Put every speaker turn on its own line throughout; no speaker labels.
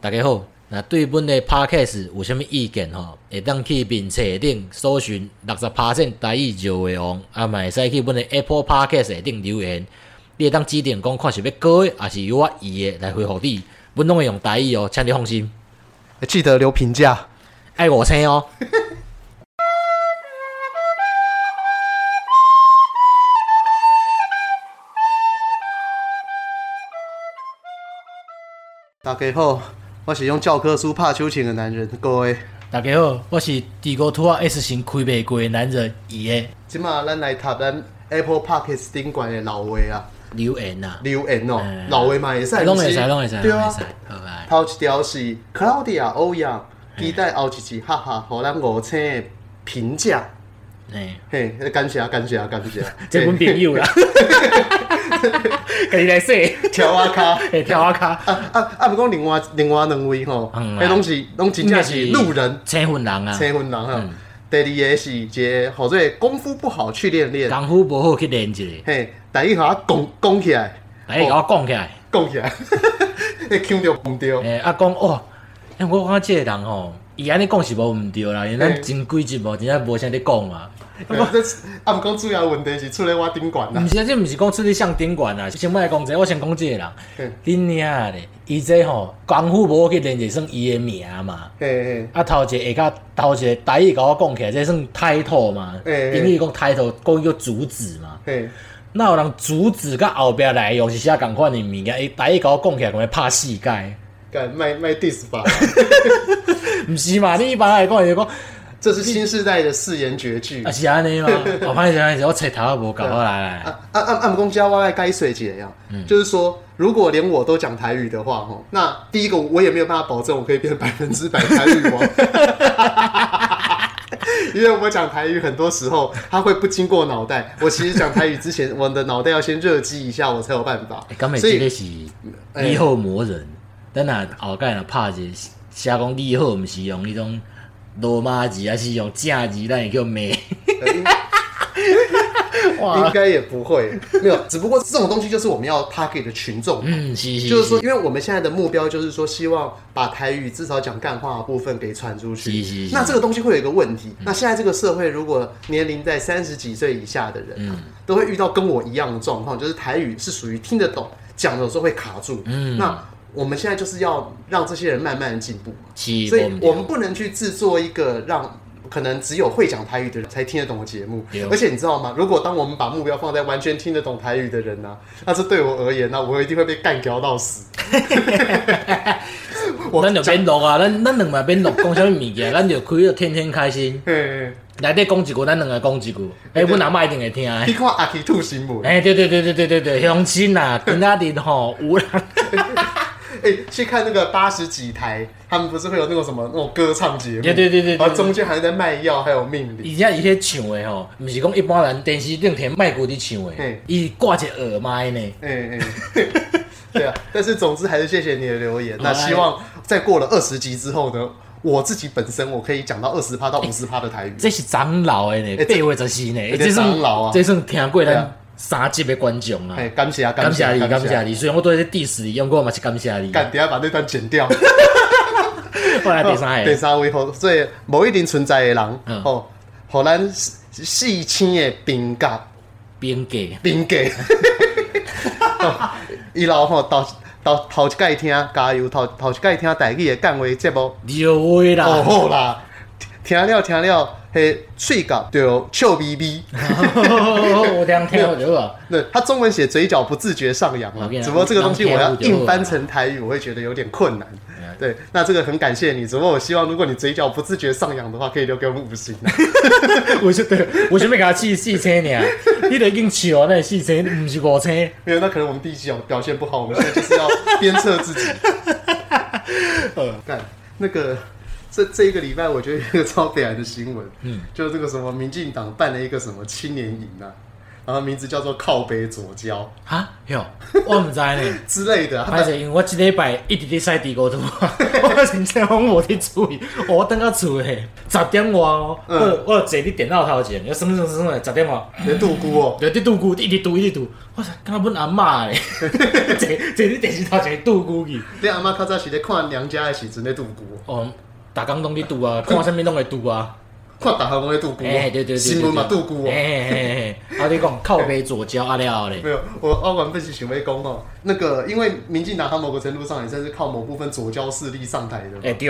大家好，那对本的 podcast 有啥物意见吼？会当去面册顶搜寻六十 percent 台语就会王，啊，嘛会使去本的 Apple podcast 下顶留言，你会当指定讲看是要改的，还是由我伊的来回复你，阮拢会用台语哦，请你放心，
记得留评价。
爱五星哦。
大家好，我是用教科书怕秋千的男人，各位。
大家好，我是地沟兔啊 S 型开袂过的男人伊的，
即马咱来读咱 Apple Podcast 顶管的老话啊，
留言啊，
留言哦、
嗯
老话嘛会使，
拢
不是
会使，拢会使，
对
拢
啊
会使。，好来。
头一条是 Claudia 欧阳，期待后一集，哈哈，互咱五星的评价。
嘿，
嘿，感谢感谢感谢，
这阮朋 友啦，家己来说，
跳啊卡。
会跳我卡，
啊啊啊！不过另外另外两位吼，
嗯啊
迄拢是拢真正嗯是路人，
青云人啊，
青云人吼。第二个是一个，好做功夫不好去练练，
功夫无好去练一下，
嘿，第一下我讲讲起来，
来
哦
甲我讲起来。
讲起来， 你听着唔对，
诶、啊讲哦，欸我感觉即个人吼，伊安尼讲是无毋对啦，因为咱
嘿
真几集无真正无啥咧讲嘛。
啊，这啊，毋讲主要问题是出咧我顶悬啦
毋，是啊，这毋是讲出去上顶悬啦，先莫来讲这我先讲即个
嘿
人，恁娘咧，伊这吼功夫无去练就算伊的名嘛。
嘿
啊，头一个下骹头一个台语甲我讲起来，这算 title 嘛？
嘿嘿
英语讲 title，讲叫主旨嘛
嘿。嘿，
那有人主旨甲后壁内容是写共款的物件，伊台语甲我讲起来，讲要拍世界，
干卖卖 dis 吧，
毋是嘛？你一般来讲，伊就 讲。
这是新时代的四言绝句
啊，。是安 尼嘛？我歹势歹势，我册头都无搞好来来。
啊啊啊！按公家我要该水解呀，啊就是说，如果连我都讲台语的话，吼，那第一个我也没有办法保证我可以变百分之百台语王， 因为我讲台语很多时候它会不经过脑袋。我其实讲台语之前，我的脑袋要先热机一下，我才有办法
欸。敢会
所
这个
以哎
是以后魔人，咱若后盖若拍者写讲以后，毋是用迄种罗马字，还是用正字，咱会叫 骂。
呃应该也不会没有，只不过这种东西就是我们要 target 的群众。
嗯，是是，
就是说，因为我们现在的目标就是说，希望把台语至少讲干话的部分给传出去。
是是是
那这个东西会有一个问题，那现在这个社会，如果年龄在三十几岁以下的人、啊，都会遇到跟我一样的状况，就是台语是属于听得懂，讲的时候会卡住。
嗯
那我们现在就是要让这些人慢慢的进步嘛。
是，
所以
无毋对
我们不能去制作一个让可能只有会讲台语的人才听得懂的节目
对。
而且你知道吗？如果当我们把目标放在完全听得懂台语的人呢、啊那这对我而言呢、我一定会被干掉 到死。我
咱就
讲
免录啊，咱咱两个免录讲啥物物件，咱就开个天天开心，
嘿，
内底讲一句，咱两个讲一句，哎，阮阿嬷一定会听的。
你看阿奇兔新闻，哎、
哎，对对对对对对对，相亲 啊，今仔日吼有人
哎去看那个八十几台，他们不是会有那种什么那种歌唱节目？
对对对对对
然后中间还在卖药，还有命理。
而且伊迄唱的吼，毋是讲一般人电视顶天麦古伫唱的
嘿，
伊挂一个耳麦呢。
哎哎， 对啊，但是总之还是谢谢你的留言。那
好哎
希望在过了二十集之后呢，我自己本身我可以讲到二十趴到五十趴的台语。
这是长老的呢，
欸
八
这
月十四呢，欸
这
这算
长老啊
这算听过
对啊
咱三集的观众啊
哎，，感谢啊，
感谢
谢
你，感谢
你。
你。虽然我对这第十用过嘛是感谢你，
干，等一下把那段 剪掉。
后啊来第 三
第
个，
三位吼，所以某一定存在的人
嗯
吼，互咱四千的评价
边界
评价。哦伊老吼头头头一届听加油，头头一届听台语的干话节目。
刘威
哦
啦，
好啦，听了听了，嘿，喙角就臭逼逼。
我这样听到对吧？
那他中文写嘴角不自觉上扬
我
了
跟你，讲
只不过这个东西我要
你当天有就好
硬翻成台语，我会觉得有点困难。对，那这个很感谢你，只不过我希望如果你嘴角不自觉上扬的话，可以留给我们五星啊。
为什么为什么给他四四千呢？ 你都已经笑那四千，不是五千。
没有，那可能我们第一集表现不好，我们现在就是要鞭策自 己。呃，干那个。这这一个礼拜，我觉得有一个超北蓝的新闻，嗯，就是这个什么民进党办了一个什么青年营啊，然然后名字叫做靠北左交
哈，哟，我毋知呢。
之类的。啊他
歹势，因为我即礼拜一直咧晒地沟 土，我真正拢无伫注意。哦我等到厝诶，十点外哦，
嗯
我我坐伫电脑头前，要算算算诶，十点外，
你杜姑哦，
就伫拄久，一直拄一直拄。我说，敢若阮阿嬷诶， 坐坐伫电视头前拄久去。
你阿妈较早是咧看娘家的时阵咧杜姑，
哦，逐工拢伫拄 啊，看啥物拢会拄啊。
看大行拢咧杜姑，
哎，对对对，
啊哦新闻嘛杜姑哦。
哎哎哎，啊，你讲靠背左交啊了咧
没，有，我我原本是想要讲吼，那个因为民进党它某个程度上也算是靠某部分左交势力上台的嘛。
哎对，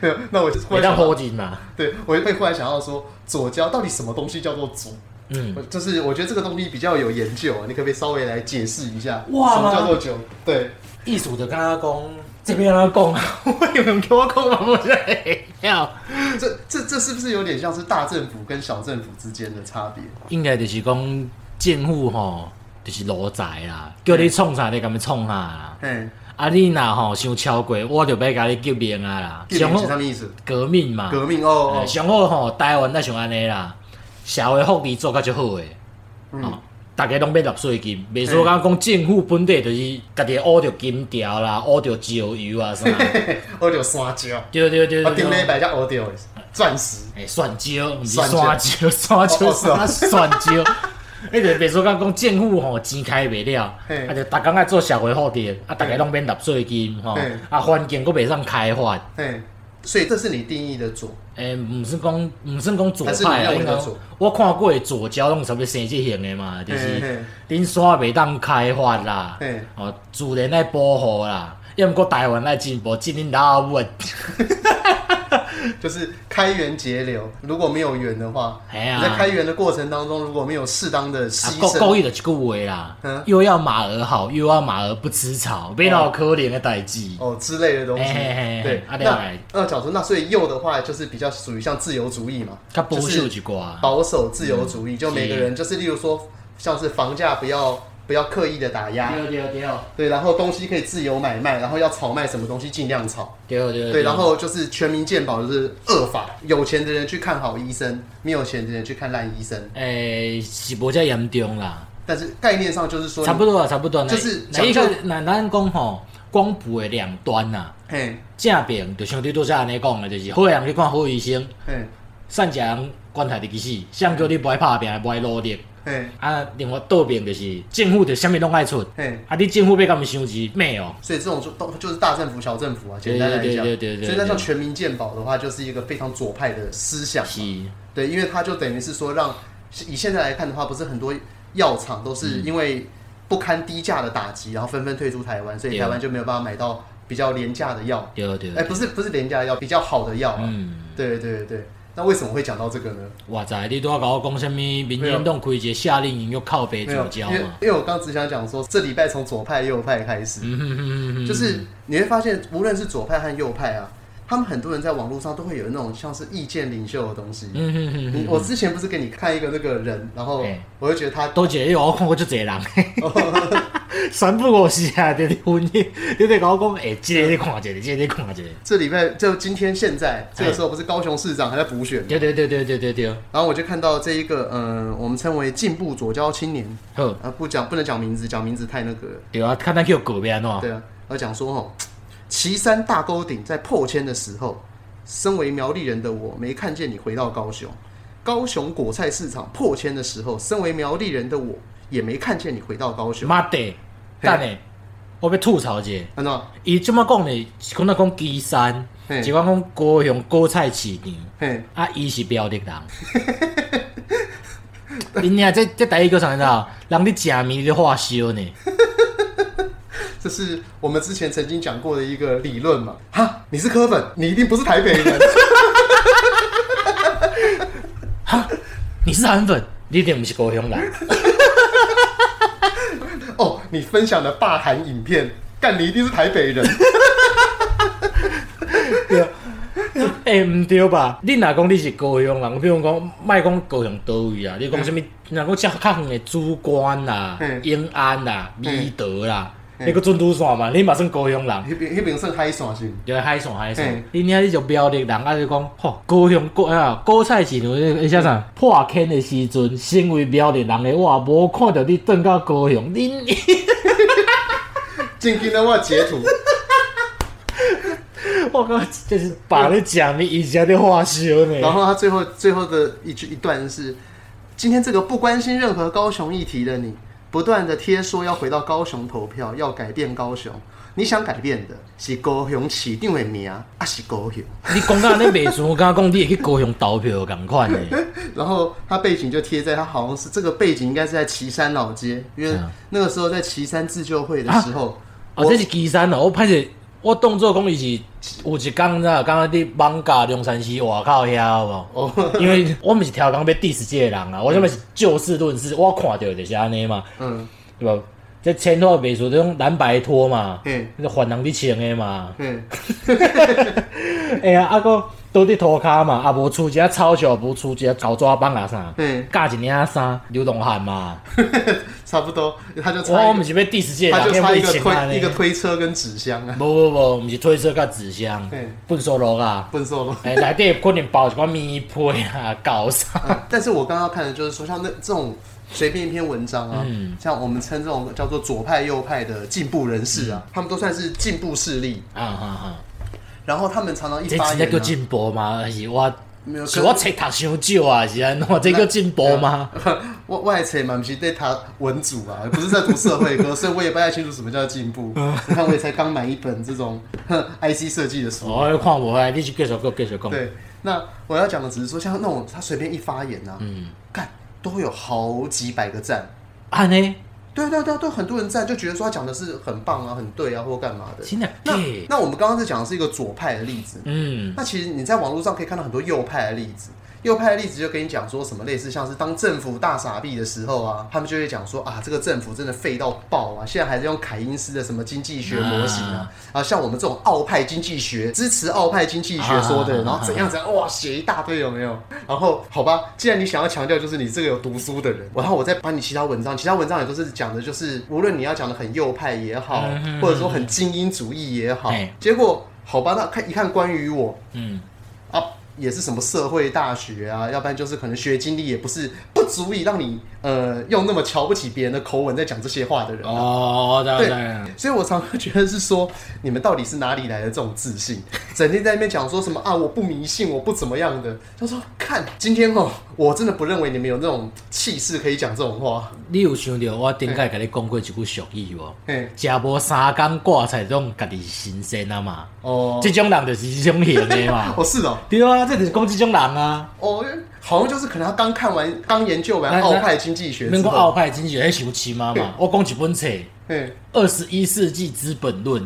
没有，那我就忽
会
然
当
想
好
到，
人啊嘛，
对我会忽然想到说，左交到底什么东西叫做左？
嗯，
我就是我觉得这个东西比较有研究啊，你可不可以稍微来解释一下？
哇
什么叫做酒？对，
艺术就敢若讲，这边安怎讲 啊？ 我有人叫我讲嘛，我真会晓。
这这这是不是有点像是大政府跟小政府之间的差别？
应该就是讲政府吼，就是奴才啦，叫你创啥你干么创啥啦。
嗯，
啊，你若吼想超过，我就要甲你革命啊啦，
地理
上
是什
好
么意思？
革命嘛，
革命哦
哎上好吼台湾那像安尼啦，社会福利做较足好诶，
哦，嗯
哦，大家拢要纳税金，袂说讲讲政府本地就是家己挖着金条啦，挖着石油啊啥，
我哦就山椒，
对对对
啊我顶礼
对。
拜才学到的钻石。
哎，蒜椒，毋是
蒜
蒜椒， 蒜椒，
哦是
蒜
哦
蒜椒。迄就别说讲讲政府吼钱开袂了，
嘿
啊就逐工爱做社会福利，啊逐个拢免纳税金吼
嘿，
啊环境佫袂上开发，
嘿，所以这是你定义的左。
诶，毋算讲毋算讲左
还是
派
你
啊，
认为
应该
的
讲
左
我看过的左交拢差不多生即型的嘛，就
嘿嘿
是恁山袂当开发啦
嘿，
哦自然爱保护啦，要毋过台湾爱进步，进恁老母的，
就是开源节流，如果没有源的话，
哎呀
你在开源的过程当中，如果没有适当的
啊
牺，
故
牲，
故意就一句话啦，
嗯
又要马儿好，又要马儿不吃草，没有可怜的代志。
哦之类的东西，
嘿嘿嘿
对，
啊了
那
解
那假如那所以右的话，就是比较属于像自由主义嘛，
较保守啊
就是
一寡，
保守自由
嗯
主义，就每个
是
人就是例如说，像是房价不要不要刻意的打压，
对对
对，然后东西可以自由买卖，然后要炒卖什么东西尽量炒，
对对
对，然后就是全民健保就是恶法，有钱的人去看好医生，没有钱的人去看烂医生，
诶是无遮严重啦，
但是概念上就是说你
差不多啦，差不多啦。啊
就是
那一
讲
个
究
那咱讲吼，光谱的两端呐，
嘿，
正病就像你拄则安尼讲的，就是好的人去看好医生，
嘿，
善假人管他的其死，上叫你不爱拍拼，不爱努力。
嘿，
啊，另外倒病就是政府就啥物拢爱出，
嘿，
啊，你政府要甲毋收钱，咩哦？
所以这种就都就是大政府、小政府啊，
对
简单来
对
讲。
对对对
所以那
对
像全民健保的话，就是一个非常左派的思想。
是。
对，因为它就等于是说让，以现在来看的话，不是很多药厂都
嗯
是因为不堪低价的打击，然后纷纷退出台湾，所以
对
台湾就没有办法买到比较廉价的药。
对对
哎，
对，
不是不是廉价的药，比较好的药啊。
嗯，
对对对。那为什么会讲到这个呢？
我知你拄仔甲我讲啥物，民间党开一个夏令营又靠北
没有
左，
因
交
为
嘛，
因为我刚只想讲说，这礼拜从左派右派开始，
嗯哼哼哼哼，
就是你会发现，无论是左派和右派啊，他们很多人在网络上都会有那种像是意见领袖的东西。
嗯哼哼
你
哼，
我之前不是给你看一个那个人，然后
哎
我就觉得他
多一个，我看过足侪人，全部五是啊，就是婚姻，你得甲我讲，哎，即个你看一个，即个你看一个，
这礼拜就今天现在这个时候不是高雄市长还在补选，
对对对对对对对，
然后我就看到这一个嗯、呃我们称为进步左交青年
好，
啊，不讲不能讲名字，讲名字太那个了，
对啊，看咱叫狗变喏，
对啊，而讲说哦，旗山大沟顶在破迁的时候，身为苗栗人的我没看见你回到高雄。高雄果菜市场破迁的时候，身为苗栗人的我也没看见你回到高雄。
妈的，等下，我要吐槽一下，
看到吗？
伊即么讲呢？是讲那讲基山，
嘿
是讲讲高雄果菜市场。
嘿，
啊，伊是标的人。 恁娘，这这台语叫啥知道？人伫食面伫化烧呢。
这是我们之前曾经讲过的一个理论嘛。哈，你是科粉，你一定不是台北人。
你是韩粉，你一定毋是高雄人。
哦，你分享的霸韩影片，干你一定是台北人。
诶、毋欸对吧？你若讲你是高雄人，比如讲，莫讲高雄倒位啊，你讲啥物？若讲较较远的主观啦
嗯、
啊永安啦、美德啦，你个准拄线嘛，你嘛算高雄人。
迄边迄边算海线是毋？
就海线海
嘿
线，你遐你就标的人啊，就讲，吼，高雄高啊，高菜市场迄啥
嗯
啥破坑的时阵，身为标的人的我，无看到你转到高雄，恁
正经的我截图，
我靠，这是把你讲的以前的话说
然
呢。
后他最后最后的一句一段是：今天这个不关心任何高雄议题的你，不断的贴说要回到高雄投票，要改变高雄。你想改变的是高雄市长的名，啊是高雄。
你讲到你袂像我刚刚讲，你会去高雄投票共款 的。
然后他背景就贴在他好像是这个背景应该是在旗山老街，因为
嗯
那个时候在旗山自救会的时候，
哦，这是岐山哦，我歹势，我当做讲伊是有一哦工呐，刚刚伫网咖中山市外口遐有无？
哦
因为我毋是超工要 diss 这个人啊，我想要是就事论事，我看着就是安尼嘛，
嗯，
对无？这千拖袂输这种蓝白拖嘛，
嘿，
那凡人伫穿的嘛，
嘿，
哎呀，啊个倒伫涂骹嘛，啊无出一下草球，无出一下厚纸板啊啥，
嘿，
加一领衫流动汗嘛，
差不多，他就
我
差
我
一
毋
个
是要 diss 这个
他就
人，要
差一
为
个
穿安
推一
尼
个。推车跟纸箱啊，
无无无，毋是推车甲纸箱
嘿，
粪扫落啊。
笨兽了。
哎，内底可能包一寡米胚啊、搞啥，
嗯但是我刚刚看的就是说，像那这种随便一篇文章啊，
嗯
像我们称这种叫做左派右派的进步人士
嗯
啊，他们都算是进步势力，
啊啊啊！
然后他们常常一
这
发
真正
言、
叫
啊，
进步吗？还是我
没有
是
可
我册读伤少啊？还是安怎？这叫进步吗？
我我也才嘛，不是对他文组啊，不是在读社会科，所以我也不太清楚什么叫进步。
嗯
你看，我也才刚买一本这种哼 IC 设计的书。
我哦看无来，你就继续讲，继续讲。
对，那我要讲的只是说，像那种他随便一发言啊，嗯，干都会有好几百个赞。
安尼，
对对对，都很多人赞，就觉得说他讲的是很棒啊，很对啊，或干嘛的。
真的假
那
的？
那我们刚刚在讲的是一个左派的例子，
嗯，
那其实你在网络上可以看到很多右派的例子。右派的例子就跟你讲说什么类似像是当政府大傻逼的时候啊，他们就会讲说啊，这个政府真的废到爆啊，现在还在用凯因斯的什么经济学模型啊，啊，像我们这种澳派经济学支持澳派经济学说的，
啊
然后怎样怎样，哇，写一大堆有没有？然后好吧，既然你想要强调就是你这个有读书的人，然后我再把你其他文章，其他文章也都是讲的就是无论你要讲的很右派也好，或者说很精英主义也好
嗯嘿，
结果好吧，那看一看关于我，
嗯，
啊，也是什么社会大学啊，要不然就是可能学经历也不是不足以让你呃用那么瞧不起别人的口吻在讲这些话的人啊、
哦，对
对
对对，
所以我常常觉得是说，你们到底是哪里来的这种自 信？整天在那边讲说什么啊，我不迷信，我不怎么样的。他说，看今天哦，我真的不认为你们有那种气势可以讲这种话。
你有想到我顶摆甲你讲过一句俗语无？
嘿，
食无三工挂菜，种家己新鲜啊嘛。
哦，
即种人就是即种型的 嘛。
哦是哦，
对啊，这就是讲即种人啊。
哦，好像就是可能他刚看完、刚研究完
那那
澳派经济学
免
之
讲澳
后，
派经济学迄想起嘛嘛，我讲一本册《
嘿，
二十一世纪资本论》，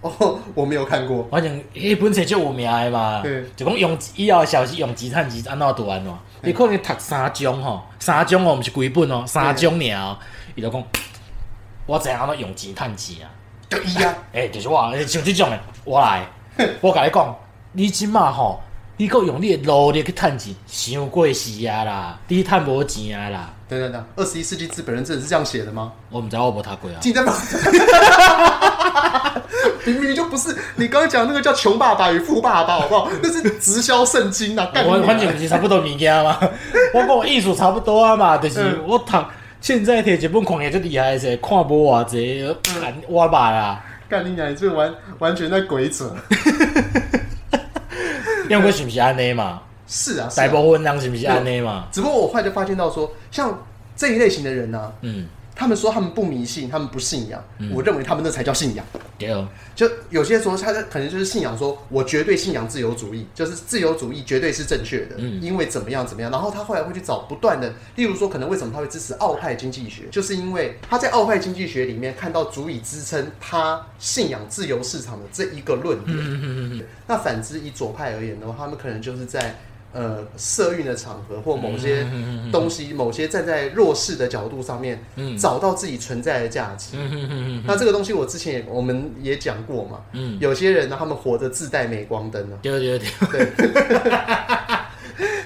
哦，我没有 看过，
反正迄本册最有名的嘛
嗯，
就讲用以后的消息用集碳集安怎读安怎，你可能读三种吼，三种哦，毋是规本哦，三种尔哦，伊就讲，我知影安怎用钱趁钱啊，
就一样。
诶，就是我像即种的，我来，我甲你讲，你即马吼，你搁用你的努力去趁钱，伤过时啊啦，你趁无钱啊啦，
等等等，二十一世纪资本人真的是这样写的吗？
我毋知我无读过啊。
竟然把，明明就不是你刚刚讲那个叫《穷爸爸与富爸爸》，好不好？那是直销圣经啊！干你
哦我
娘
反正不是差不多物件嘛， 我讲我艺术差不多啊嘛，就是
嗯
我读现在摕一本看起来最厉害的册，看无偌济，看我捌啦，
干你娘！你这个完完全在鬼扯。
因为是毋是安尼嘛？
是啊，是
大
啊。
部分人是毋是安尼嘛？
只不过我后来就发现到说，像这一类型的人呢、啊，
嗯，
他们说他们不迷信，他们不信仰，我认为他们那才叫信仰。
嗯对，
就有些时候，他可能就是信仰说，我绝对信仰自由主义，就是自由主义绝对是正确的，因为怎么样怎么样。然后他后来会去找不断的，例如说，可能为什么他会支持奥派经济学，就是因为他在奥派经济学里面看到足以支撑他信仰自由市场的这一个论点。那反之，以左派而言的话，他们可能就是在呃社运的场合或某些东西、某些站在弱势的角度上面，找到自己存在的价值。
嗯
那这个东西我之前也我们也讲过嘛，有些人呢，他们活着自带镁光灯啊呢、
嗯对对对，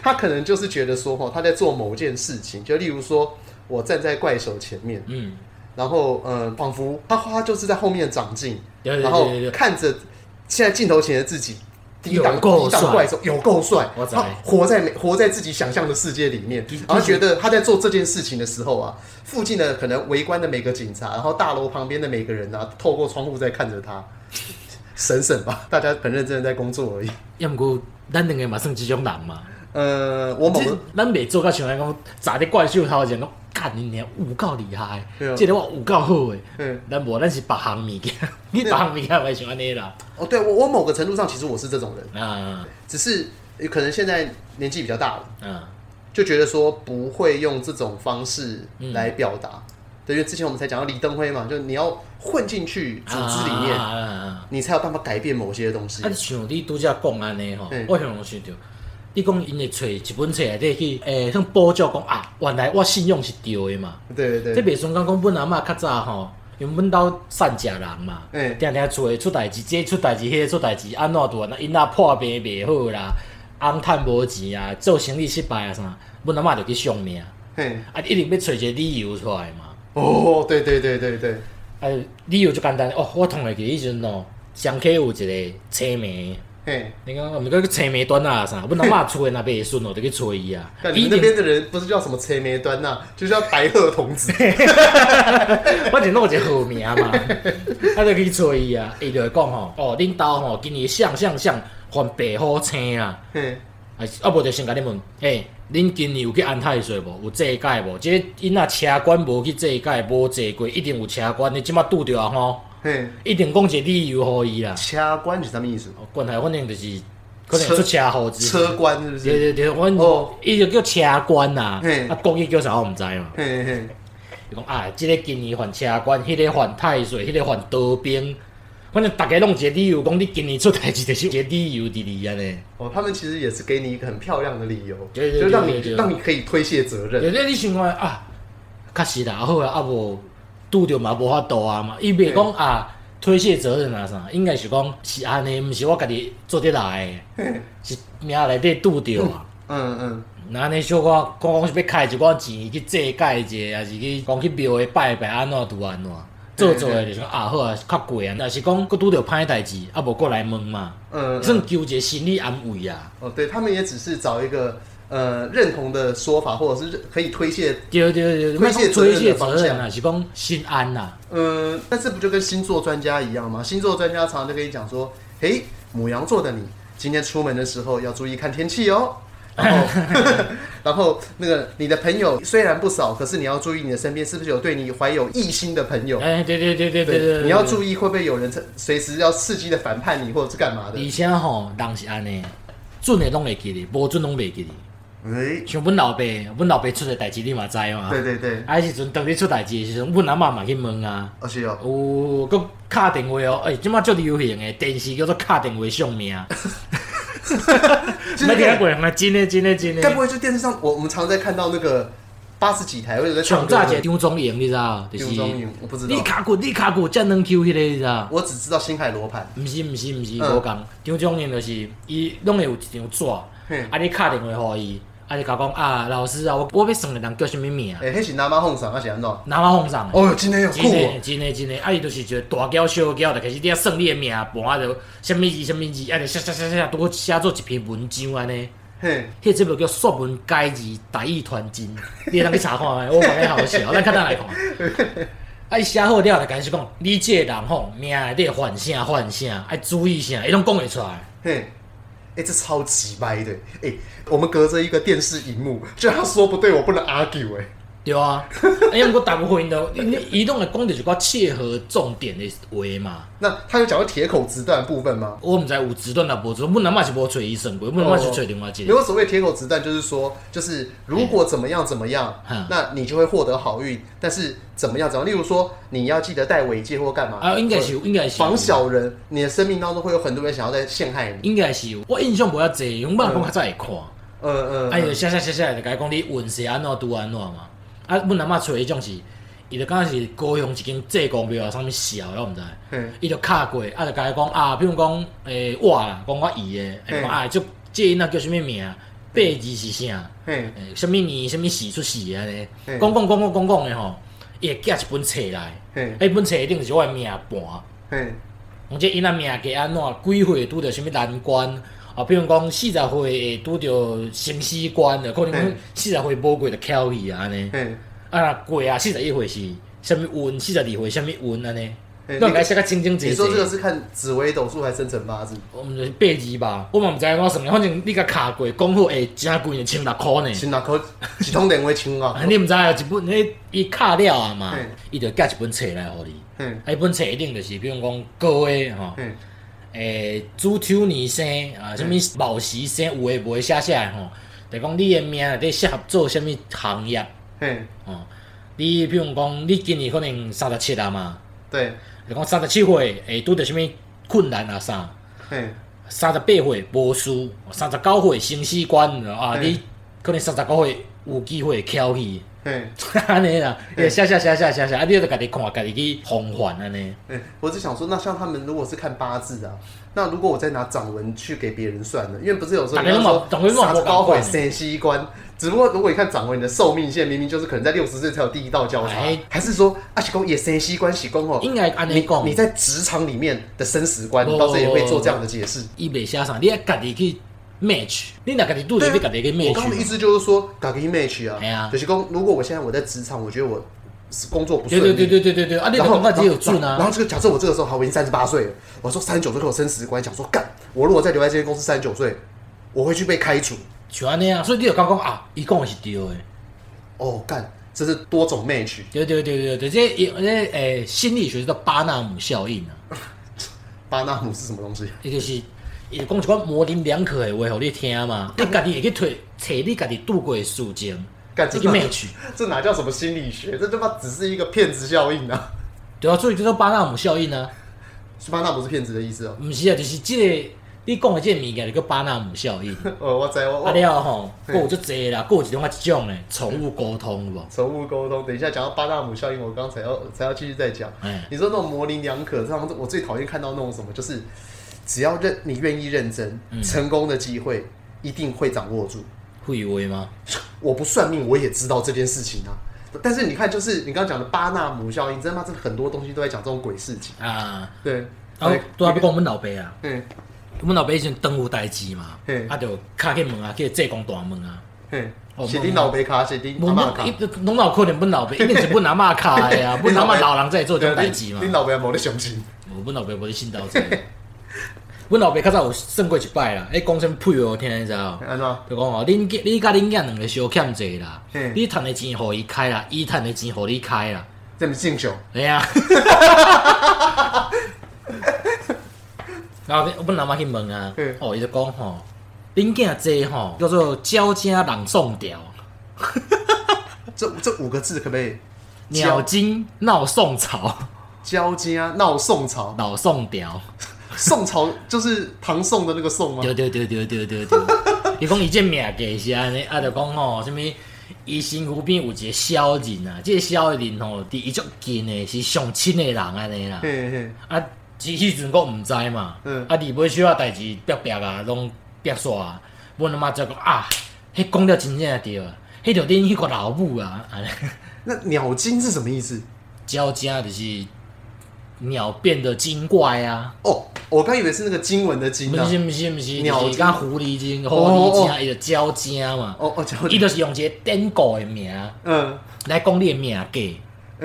他可能就是觉得说，哈，他在做某件事情，就例如说，我站在怪手前面，
嗯，
然后呃，仿佛他花就是在后面长进，
对对
然后
对对对
看着现在镜头前的自己。抵
有
挡
够
抵挡
帅
怪兽有够帅，
我知
他活在美活在自己想象的世界里面，然后觉得他在做这件事情的时候啊，附近的可能围观的每个警察，然后大楼旁边的每个人啊，透过窗户在看着他，省省吧， 大家很认真的在工作而已。
要毋过咱两个嘛算即种人嘛，
呃，我某
即咱袂做到像安讲，砸伫怪兽头前讲，干你娘有够厉害
对啊，
即个我有够好诶。
嗯，
咱无咱是别项物件，你别
对啊
项物件袂像安尼啦。
哦，对我我某个程度上其实我是这种人，
啊
只是呃可能现在年纪比较大了，
啊，
就觉得说不会用这种方式
嗯
来表达。对，因为之前我们才讲到李登辉嘛，就你要混进去组织里面，
啊啊啊啊
你才有办法改变某些东西。
啊，像你拄则讲安尼吼
嗯，
我想想着，你讲因会找一本册内底去，诶、像补足讲啊，原来我信用是对的嘛。
对对
这
对，
袂像讲讲阮阿嬷较早吼，因为阮兜善食人嘛，
嗯
定定厝诶出代志，这出代志，迄出代志，安怎拄啊？那因仔破病袂好啦，翁趁无钱啊，做生意失败啊啥，阮阿嬷就去上命，啊，
嘿，
一定要找一个理由出来嘛。
哦，对对对对对，
啊，理由就简单哦，我同会记迄阵哦，上课有一个青梅。
嘿，
你讲哦毋过去找眉端啊啥，阮阿嬷厝诶那边顺哦，就去找伊啊。
但你
伊
们那边的人不是叫什么车眉端呐、就是叫白鹤 童子。
我就弄一个好名嘛， 啊就去找伊啊，伊就会讲吼，哦，恁兜吼今年像像像犯白虎星啊，
嘿，
啊是啊无就先甲你问，诶、恁今年有去安泰税无？有这届无？即因若车管无去这届，无坐过，一定有车管，你即马拄着啊吼，
嘿，
一定讲一个理由互伊啦。啊
掐关是什么意思？
哦，关系反正就是可能出车祸之类的
车关是
对
不
对
是？
对，阮
哦
伊就叫车管呐
嘿，
啊，国语叫啥我毋知嘛。
嘿嘿，
伊讲啊，即、个今年犯车管，迄、个犯太岁，迄、个犯刀兵，反正大家拢有一个理由，讲你今年出代志就是有一个理由啊伫你安尼。
哦，他们其实也是给你一个很漂亮的理由，
对对对
就让你
对对对
让你可以推卸责任。
有咧，你想看啊，确实啦，好啊，啊无拄着嘛无法度啊嘛，伊袂讲啊推卸责任啊啥，应该是讲是安尼，毋是我家己做得来的，是命内底拄着啊。
嗯嗯，
那安尼小可讲讲是要开一寡钱去祭拜者，还是去讲去庙会拜拜安怎拄安怎？做做诶就是讲啊好啊，较贵啊，若是讲搁拄着歹代志，啊无过来问嘛，
嗯，
算求一个心理安慰啊。
哦，对他们也只是找一个呃认同的说法，或者是可以推卸，
对对对，
推卸责
推
任的
卸责
方向
任啊，是讲心安啊呐、
嗯，但这不就跟星座专家一样吗？星座专家常常就跟你讲说，嘿，母羊座的你今天出门的时候要注意看天气哦。然 后， 然后那个你的朋友虽然不少，可是你要注意你的身边是不是有对你怀有异心的朋友。
哎、对对对对对对，
哦你要
意。
注意会不会有人趁随时要伺机的反叛你，或者是干嘛的
而？且吼，人是安尼，准诶拢会记哩，无准拢袂记哩。
哎，
像阮老爸，阮老爸出诶代志你嘛知嘛？
对对对，
啊，迄时阵当你出代志诶时阵，阮阿嬷嘛去问啊。
而且哦，
有搁敲电话哦，诶、即马足流行诶，电视叫做敲电话上命，
就是那
没听
个，
过吗？真诶，真诶，真
该不
诶。
会就电视上我我们常在看到那个八十几台或者在唱
上
歌
早
的
一个张忠营，你知道？就是
刘忠勇，我不知道
你，卡骨，你卡骨，才能 Q 迄个，你知道？
我只知道星海罗盘。
毋是毋是毋是，
嗯
无共张忠营就是伊拢会有一张纸，
嘿
啊，你敲电话互伊，啊，你甲我讲啊，老师啊，我我要算诶人叫啥物名，
哎、那是南妈哄上，那是安怎？哦
哪我奉上诶。
哟，真的有酷
真诶
哦！
真诶真诶，啊伊就是一个大胶小胶，就开始你啊算你诶名盘，啊就啥物字啥物字，啊就写写写写，拄好写做一篇文章安尼。
嘿，
迄节目叫《说文解字大义传真》， 你通去查看下，我感觉好笑，哦咱较等来看。 啊，伊写好了就开始讲，你这个人吼，命内底犯啥犯啥，爱注意啥，伊拢讲会出来。
嘿，哎、这超级掰的。哎、我们隔着一个电视荧幕，就他说不对，我不能 argue 哎、
对啊， 啊，因为我大部分都，你伊拢会讲着一寡切合重点的话嘛。
那他有讲到铁口直断的部分吗？
我毋知有直断也无直断，阮阿嬷是无找伊算过，阮阿嬷是找另外一
没
个。
有所谓铁口直断，就是说，就是如果怎么样怎么样
嗯，
那你就会获得好运。但是怎么样怎么样，例如说你要记得戴尾戒或干嘛
啊，应该是有应该是有
防小人。你的生命当中会有很多人想要在陷害你。
应该是有，我印象无遐济，阮阿嬷讲较早会看。
嗯嗯，
啊，伊就写写写写，就甲伊讲你运势安怎拄安怎嘛。啊，阮阿嬷找迄种是，伊就敢若是高雄一间济公庙啊，啥物痟我毋知。
嗯，
伊就敲过，啊，就甲伊讲啊，比如讲诶我啦，讲我伊诶，
嘿
讲啊，即即囡仔叫啥物名，八字是啥，
嘿，
诶，啥物年啥物时出世安尼，
嘿
讲讲讲讲讲讲诶吼。伊会寄一本册来，
嘿，
迄本册一定是我的命盘。
嘿，
讲这囡仔命格安怎，几岁拄着什物难关啊？比如讲四十岁会拄着生死关的，可能讲
嗯
四十岁无过就翘去啊安尼。
嘿，
啊，过啊，四十一岁是什物运，四十二岁什物运安尼。
嘿
那该写个清清
你
楚
说这个
楚。
是看紫微斗数还是生辰八字？
我们就是八字吧，我嘛毋知影我算的，反正你甲卡过，讲好哎会正贵呢，千六箍呢。
先拿口一通电话请
啊，！
啊
你毋知啊，一本迄伊卡了啊嘛
嘿，
伊就寄一本册来互你。
嘿，
啊，迄本册一定就是，比如讲高诶吼，
嘿，
诶，朱秋年生啊，什物卯时生，有诶无诶写写诶吼，就讲你诶命内底适合做什物行业
嘿，
吼。你比如讲，你今年可能三十七啊嘛，
对，
就讲三十七岁会拄着什物困难啊啥，
嘿，
三十八岁无事，三十九岁生死关啊，
嗯
你可能三十九岁有机会翘去。
嘿，
安尼啦，会写写写写写写，啊，你著家己看，家己去防范安尼。
嘿，我只想说，那像他们如果是看八字啊，那如果我再拿掌纹去给别人算呢？因为不是有时候
大
你
家都
要
嘛掌纹
说
都嘛
啥
不
子
敢
高
管
会生西关，只不过如果你看掌纹，你的寿命线明明就是可能在六十岁才有第一道交叉
哎，
还是说阿喜公也生西关喜公哦？
应该安尼讲
你，在职场里面的生死观
不，
到这里会做这样的解释。
伊袂写啥，你爱家己去 match，你若家己拄着，
对啊
你家己去
我刚刚的意
match 嘛。
思就是说，打个 image
哎呀
啊，就是讲，如果我现在我在职场，我觉得我是工作不
对
顺
对
利，
对对对对对，啊，你著
然后
感觉自己有准
然后然
啊
后。这个假设我这个时候好，我已经三十八岁了，我说三十九岁给我升十官，讲说干，我如果再留在这间公司三十九岁，我会去被开除。
像安尼啊，所以你著感觉讲啊，伊讲的是对的。
哦，干，这是多种 match。
对对对对对，这伊这诶心理学叫巴纳姆效应啊，
巴纳姆是什么东西？
伊就是伊就讲一寡模棱两可的话，互你听嘛。你家己会去推，找你家己拄过的事情，
干
自
这
己
哪
match。
这哪叫什么心理学？这他妈只是一个骗子效应啊！
对啊，所以叫做巴纳姆效应啊。
是巴纳姆是骗子的意思哦。
毋是啊，就是即、个你讲的即个物件，就叫巴纳姆效应。
哦，我知我
啊
我。
了吼，佫有足侪啦，佫有一种啊一种诶，宠物沟通有无？
宠物沟通，等一下讲到巴纳姆效应，我刚才要才要继续再讲。
哎，
你说那种模棱两可，然后我最讨厌看到那种什么，就是只要认你愿意认真，
嗯
成功的机会一定会掌握住。
会话吗？
我不算命，我也知道这件事情啊。但是你看，就是你刚刚讲的巴纳姆效应，真他妈真的很多东西都在讲这种鬼事情。
啊，
对，
啊，拄啊
你
讲阮老爸啊，
嗯
阮老爸迄阵当有代志嘛
嘿，
啊，就敲去门啊，去济公大门啊。
嗯
哦，
写丁老杯卡，写丁阿妈卡，
伊拢有可能阮老爸， 一定是阮阿嬷敲的啊，阮阿嬷老人才会做即种代志嘛
丁。老杯没得雄心。
无，阮老爸无咧信道这个。阮老爸较早有算过一摆啦，迄讲啥物屁话，听你知无？
安怎？
就讲哦，恁囝你甲恁囝两个相欠债啦
嘿，
你趁的钱互伊开啦，伊趁的钱互你开啦，
这么敬酒？
哎呀、然后阮阿妈去问啊
嗯，
哦，伊就讲吼，恁囝债吼叫做交家朗诵调，
这这五个字可不可以？
鸟精闹宋朝，
交家闹宋朝，
老宋调，
宋朝就是唐宋的那个宋吗？
对对对对对对对。伊讲伊这命格是安尼，啊，就讲吼，什物伊身躯边有一个小人啊，这个小人吼，伫伊足近的，是上亲的人安尼啦。
嘿嘿，
啊，即迄阵我毋知嘛，
嗯
啊，离尾小啊代志白白啊，拢白煞啊，阮阿妈则讲啊，迄讲了真正对啊，迄着恁迄个老母啊，安尼
那鸟精是什么意思？
交家就是鸟变得精怪啊，
哦，我刚以为是那个经文的经
毋
啊。
是毋是毋是，
鸟
就是甲狐狸精、狐狸精啊，伊就交家嘛，
哦哦，交
伊
精，
就是用一个典故的名
嗯，
来讲你的命格，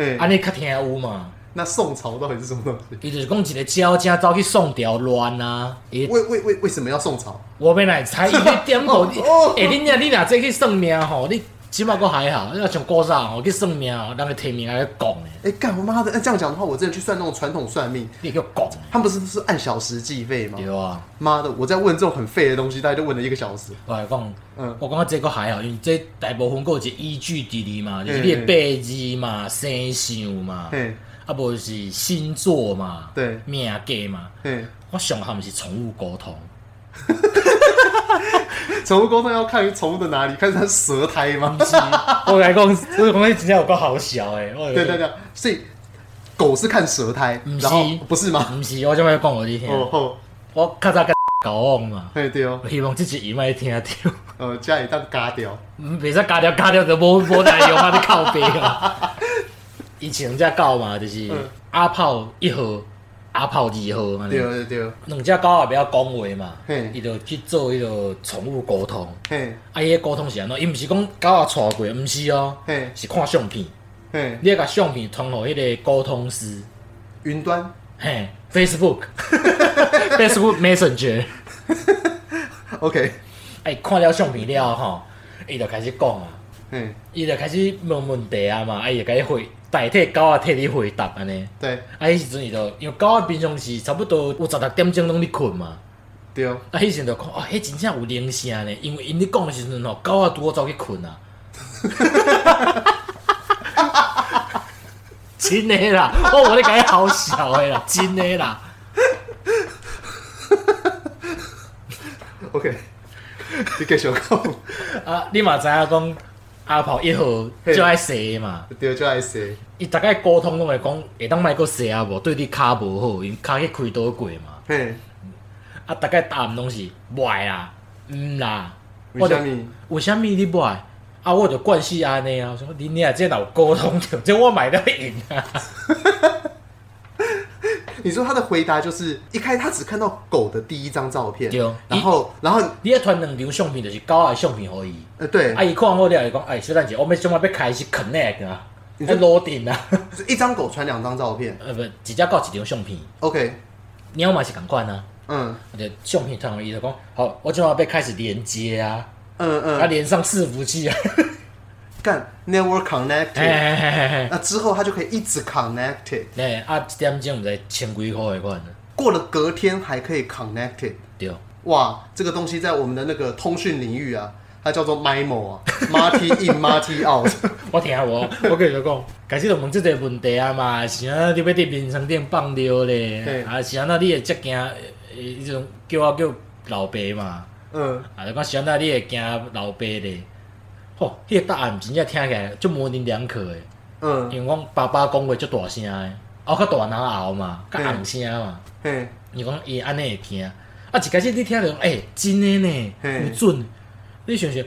哎、
安尼较听有嘛。
那宋朝到底是什么东西？
伊就是讲一个交家走去宋朝乱啊，伊
为为为为什么要宋朝？
我要来猜伊咧 点吼，你
哦
哎，恁若你若这去算命吼，你即码阁还好，你若像古早吼去算命吼，人会提名来讲诶，
哎、干我妈的！哎这样讲的话，我真的去算那种传统算命，
你叫讲的，
他们不是都是按小时计费吗？
对啊。
妈的，我在问这种很废的东西，大概就问了一个小时。
我来讲，
嗯
我感觉这个还好，因为这大部分还有一个依据伫哩嘛，就是你的
嗯嗯
八字嘛、生肖嘛，
嘿，
啊无是星座嘛、
对
命格嘛。
嘿，
我上他们是宠物沟 通，
宠物沟通要看宠物的哪里，看它舌苔吗？
不是我来讲，我讲真正有够好笑诶。我
对对，对，所以狗是看舌苔
嗯，
然后
是
不是吗？
毋是，我即摆讲互你听，
哦吼，
我较 早甲交往嘛。
嘿对哦，
我希望这集伊莫听到，
呃，家里当嘎掉。
嗯袂使加掉加掉就无无内容啊！你靠背啊！以前只狗嘛，就是
嗯
阿炮一号、阿炮二号嘛，
对哦对对，
两只狗也不晓讲话嘛
嘿，
伊就去做迄个宠物沟通。
嘿
啊，伊个沟通是安怎？伊毋是讲狗啊带过，毋是哦，
嘿
是看相片。
嘿，
你要甲相片通互迄个沟通师，
云端
嘿，Facebook，Facebook Messenger，
，OK，
哎，看了相片了吼，伊就开始讲啊，
嘿，
伊就开始问问题啊嘛，啊，伊就甲你回代替狗啊替你回答安尼。
对
啊，迄时阵伊就因为狗仔平常时差不多有十六点钟拢咧困嘛，
对
啊，迄时阵就讲哦，迄真正有铃声呢，因为因咧讲的时阵吼，狗仔拄好走去困啊。 真的啦，我我咧感觉好笑的啦， 真的啦。
，OK，你继续讲，
啊，你嘛知影讲阿炮一号
嘿
就爱洗嘛，
对，哦就爱谁？
伊大概沟通拢会讲，会当莫个洗啊无，对你骹无好，因骹去开刀过嘛。
嘿，
啊，大概答案拢是袂啦，毋啦，
为
就
什么？
为什么你袂？啊，我就惯势安尼啊，我说你你这若有沟通着，这我买得赢啊。
你说他的回答就是一开他只看到狗的第一张照片
对，
然后然后
你要传两张相片，就是狗的相片互伊。
呃对
啊，，伊看好了，伊讲，哎，小等者，我们即马要开始 connect 啊，
你
要
这
落定啊。
就是一张狗传两张照片
呃，不，一只狗一张相片，
，OK，
猫嘛是共款啊。
嗯
我就相片传互伊，就讲，好，我即马要开始连接啊，
嗯
啊，
嗯，
连上伺服器啊。
干 network
嘿
connected，
嘿嘿嘿嘿
那之后他就可以一直 connected，
嘿，啊，一点钟毋知千几块的款啊，
过了隔天还可以 connected。
对。
哇，这个东西在我们的那个通讯领域啊，它叫做 MIMO 啊，Multi In Multi Out。
我听无，我跟你讲，开始就问即个问题啊嘛，是安那你要伫眠床顶放尿
嘿
咧，啊是安那你会接惊，呃迄种叫我叫老爸嘛，
嗯，
啊就讲是安那你会惊老爸咧，吼、迄、个答案真正听起来足模棱两可的，
嗯，
因为讲爸爸讲话足大声的，啊较大人喉嘛，较红声嘛，
嘿，啊
伊讲伊安尼会惊，啊一开始你听着，诶、真的呢，
嘿
有准，你想想，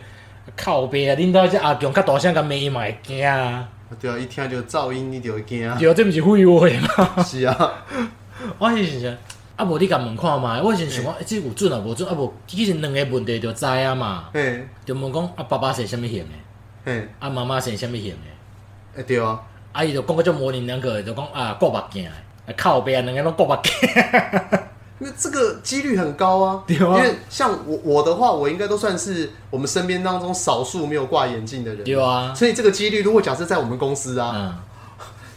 靠爸啊，恁兜只阿强较大声甲骂伊嘛会惊啊。
对啊，一听就噪音，你就会惊啊。
对，这毋是废话嘛。
是啊，
我迄时阵，啊无你甲问看嘛，我迄时阵想讲，欸这有准啊无准啊无，其实两个问题就知啊嘛，
嘿，
就问讲啊爸爸生什物型的，
嘿，
啊妈妈生什物型的，
哎对啊，
啊伊就讲个种模棱两可的，就讲啊顾目镜的，啊靠背啊两个拢顾目镜，
那这个几率很高啊。
对啊
因为像我我的话，我应该都算是我们身边当中少数没有挂眼镜的人。
对啊
所以这个几率，如果假设在我们公司啊，
嗯，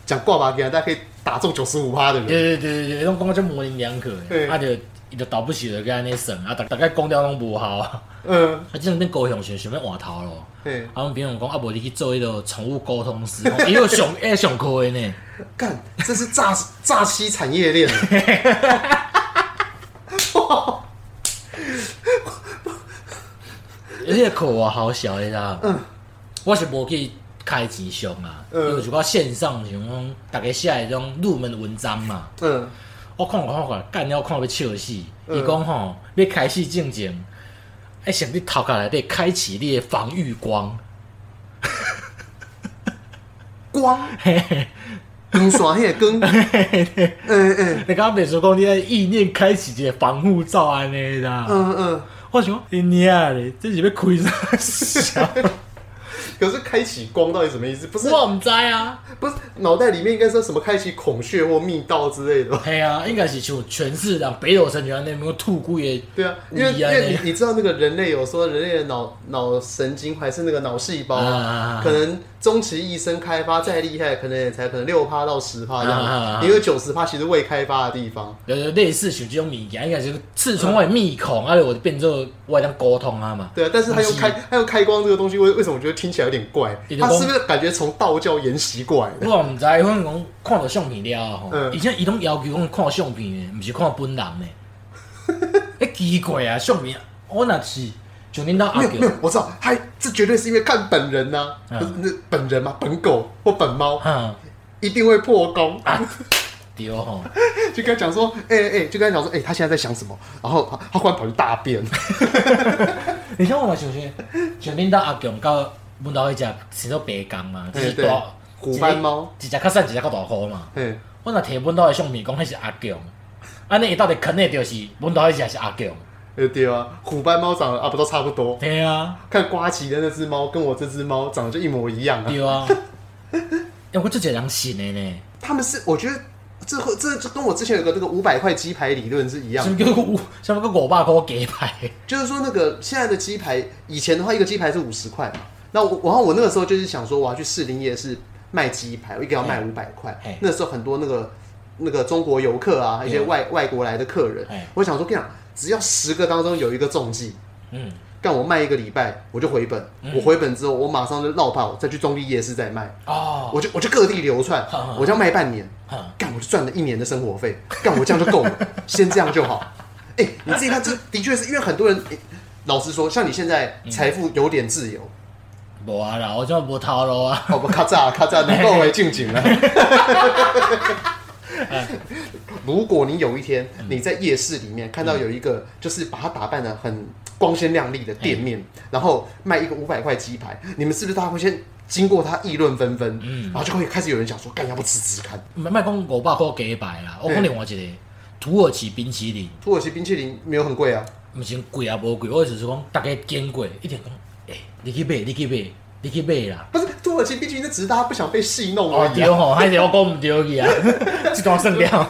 讲挂把给大家可以打中九十五趴的人。
对对对对对，拢讲个种模棱两可
嘿
的，啊就伊就倒不时就跟安尼算，啊大大概讲了拢无效啊，
嗯，
啊即两天高雄想想要换头咯。
嘿，
啊，阮朋友讲啊，无你去做迄个宠物沟通师，哦伊有上 爱上课的呢。
干，这是诈诈欺产业 链啊。
而且课我好小的啦，
嗯
我是无去开钱上啊，因
嗯
为是我线上想讲，大家写迄种入门文章嘛，
嗯，
我看看看，干了看要笑死。
嗯
伊讲吼，要开始进前，爱先你头壳内底开启你的防御光，
光。
嘿嘿
光线迄个 光，嗯嗯
你刚刚袂说讲你的意念开启一个防护罩安尼啦，
嗯嗯。
我想讲你娘嘞，这是要开啥小？
可是开启光到底什么意思？不是
我毋知啊，
不是，脑袋里面应该说什么开启孔雀或密道之类的吧。
嘿啊，应该是像全市人北斗神拳安尼，没有吐骨的
对啊，因为
不一
因
样
为
欸
你你知道那个人类有说人类的脑脑神经还是那个脑细胞
啊啊啊啊
啊，可能终其一生开发再厉害，可能也才可能六趴到十趴这
啊啊啊啊
样，也有九十趴其实未开发的地方。
就是类似像这种物件，应该是刺穿我的密孔，啊，我就变做我当沟通啊嘛。
对啊，但是他用
不是
开他用开光这个东西，为为什么我觉得听起来有点怪
你？的
他
光
是不是感觉从道教沿袭过来的？
我毋知，可能讲看到相片了啊吼，
嗯
以前伊拢要求讲看相片的，毋是看本人的。 迄奇怪啊，相片我若是像恁兜阿
没有没有
舅，，
我知道，他这绝对是因为看本人呐、
嗯
不是那本人嘛，本狗或本猫
哈，
一定会破功，
啊对吼，
就跟他讲说，哎、哎、就跟他讲说，哎、他现在在想什么？然后他他忽然跑去大便，
你像我嘛想想，像恁兜阿舅到阮兜迄只是做白工嘛，就是
对
大
虎斑猫，
一只较瘦，一只较大箍嘛。
嘿，
我若摕阮兜的相片讲迄是阿强，安尼伊到底肯定就是阮兜迄只是阿强。
呃对啊，虎斑猫长得啊不都差不多？
对啊，
看瓜吉的那只猫跟我这只猫长得就一模一样啊。
对 啊。哎，我就一个人信的呢，
他们是，我觉得这会这这跟我之前有个那个五百块鸡排理论是一样
什
的，
么叫五，什么叫五百箍鸡排？
就是说那个现在的鸡排，以前的话一个鸡排是五十块嘛，那我然后我那个时候就是想说我要去士林夜市卖鸡排，我一个要卖五百块
嘿，
那时候很多那个那个中国游客啊，一些
嗯
外外国来的客人
嘿，
我想说跟你讲，只要十个当中有一个中计。
嗯，
干我卖一个礼拜，我就回本。我回本之后，我马上就绕跑，再去中立夜市再卖。
哦，
我就我就各地流窜
好好，好
我就要卖半年。
哼
干我就赚了一年的生活费，干我这样就够了， 先这样就好。哎、你自己看，这的确是因为很多人，哎老实说，像你现在
嗯
财富有点自由，
无啊啦，我就无头路啊。
好不咔嚓咔嚓，能够为静景了。如果你有一天你在夜市里面看到有一个就是把它打扮的很光鲜亮丽的店面，然后卖一个五百块鸡排，你们是不是大家会先经过他议论纷纷，然后就会开始有人讲说，干要不吃吃看？
莫莫讲五百箍鸡排啦，我讲另外一个土耳其冰淇淋，
土耳其冰淇淋没有很贵啊，
毋是讲贵也无贵，我只是讲大家经过一定讲，诶、你去买，你去买，你去买啦。
不是土耳其冰淇淋，那只是大家不想被戏弄而
哦
已
对
啊、
吼，还是我讲毋对去啊， 这段算了。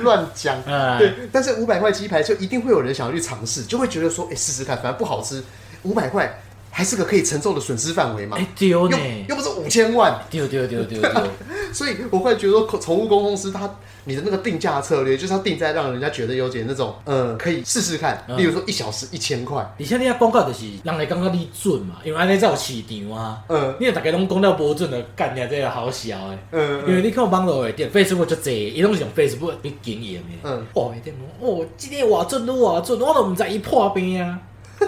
乱讲。
哎
对，但是五百块鸡排就一定会有人想要去尝试，就会觉得说，哎、试试看，反正不好吃，五百块还是个可以承受的损失范围嘛
哎、。对
又
呢，
又不是五千万，
对对对对对，
所以我会觉得说，宠物公公司它你的那个定价策略，就是要定在让人家觉得有点那种，呃，可以试
嗯
试看。例如说一小时一千块，
而且你遐广告就是，人会感觉你准嘛，因为安尼才有市场啊。
嗯
你若大家拢讲了无准的，干你这个好笑诶。
嗯
因为你看网络的店，Facebook 就济，伊拢是用 Facebook 去经营的。
嗯
哦，伊店讲，哦，即、个偌准，你偌准，啊我都毋知伊破病啊。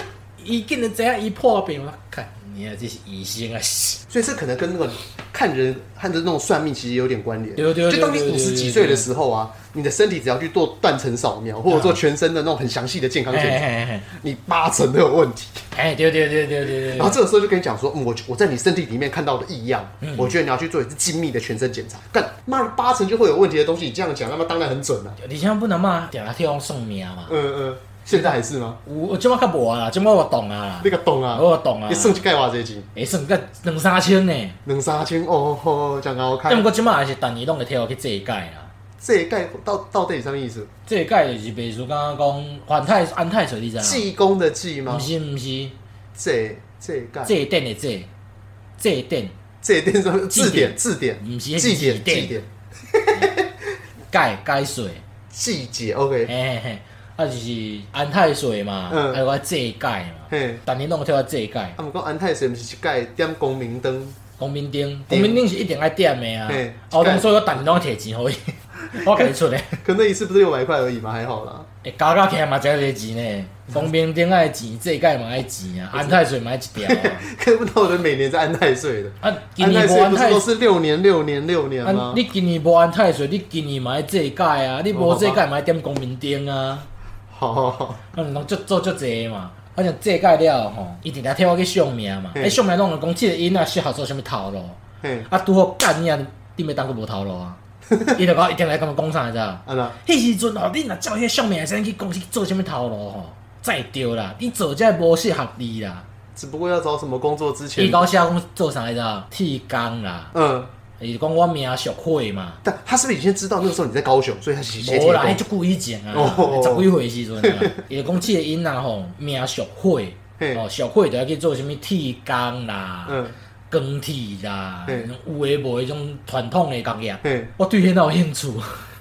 伊竟然知影伊破病，我看你啊，这是医生啊！是
所以这可能跟那个看人看的那种算命其实有点关联。
对对对
就当你
对对
五
对
十几岁的时候啊，你的身体只要去做断层扫描，
嗯
或者做全身的那种很详细的健康
嘿
检查，
嘿嘿
你八成都有问题。
哎，对对对对对
然
对
后，这个时候就跟你讲说，嗯，我我在你身体里面看到的异样，
嗯
我觉得你要去做一次精密的全身检查。干妈的八成就会有问题的东西，你这样讲，那么当然很准了、啊
而且不能嘛，定来替我算命嘛。
嗯嗯，现在还是吗？
有我即摆较无啊啦，即摆我懂啊啦
那，个懂啊，
我懂啊
你。算一盖偌这钱，
会算个两三千呢，
两三千哦，吼、哦，讲好
但毋
看。
过即摆也是逐年拢会替我去这一届啦。
这一盖到到底是什么意思？
这一届就是秘书刚刚讲反太安太水，你知影？
济公的济
毋
吗？
嗯是毋是，
这这一盖
这一点的这，这一点
这一点什么
祭
字典
典
字典
不是那是
祭典
祭典
祭典
解解水，
季节 OK，
嘿嘿嘿，啊就是安太水嘛，
嗯
还有我这一届嘛，
嘿，
逐年拢会替我这一届。
啊，毋过安泰神毋是一盖点光明灯，
公民灯，
对
公民灯是一定爱点的啊
嘿。
啊我当初我逐年拢摕钱 互伊，我家己出的。
可那一次不是六百块而已嘛，还好啦。
会加加起来嘛，才侪钱呢。公民灯爱钱，这届嘛爱钱 啊，安泰水嘛爱一条啊。
看不到人每年在安泰税的。
啊，今
安泰
年无
税
安
不是
泰
都是六年、六年、六年
啊
吗，？
你今年无安太水，你今年嘛爱这届啊，你无这届嘛爱点公民灯啊，
好好好，
啊，拢足做足济嘛。啊，像这届了吼，伊定来替我去相命嘛，
嘿
哎，相命拢会讲即个囡仔适合做啥物头路，
嘿，
啊，拄好干你啊，你咪当佫无头路 啊，伊就讲一定来甲我讲啥你知道？
安娜，
迄时阵吼，你若照迄相命先去讲是做啥物头路吼，再对啦，你做这无适合你啦。
只不过要找什么工作之前
伊，高写讲做啥你知道？铁工啦，
嗯，
伊讲我名属会嘛。
但他是不是已经知道那个时候你在高雄，所以他写写
无
铁
啦，迄
工？
足久以前啊
哦，
十几岁时阵啊， 伊就讲即个囡仔吼命属火
嘿，
哦属火就要去做啥物铁工啦、
嗯，
钢铁啦，
嘿
有诶无迄种传统诶工业
嘿，
我对迄有兴 趣。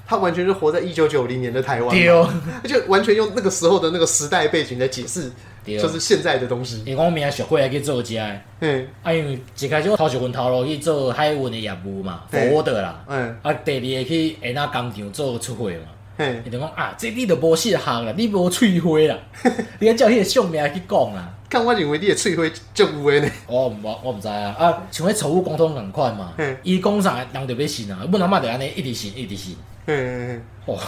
他完全是活在一九九零年的台湾
对哦
嘛，，而且完全用那个时候的那个时代背景来解释，
对哦
就是现在的东西。
伊讲命属火要去做遮诶，
嗯，
啊因为一开始我头一份头路去做海运诶业务嘛，服
嘿
务的啦，
嗯，
啊第二个去下那工厂做出货嘛。
嘿，
伊就讲啊，这你都无适合啦，你无喙花 啦，你要照迄个相命去讲啦。
看我认为你的翠灰就有诶呢，
我毋我我毋知啊，啊，像迄宠物沟通共款嘛
嗯，
伊讲啥人就要信啊，阮阿嬷就安尼一直信一直信，哦
嘿嘿嘿，
哇，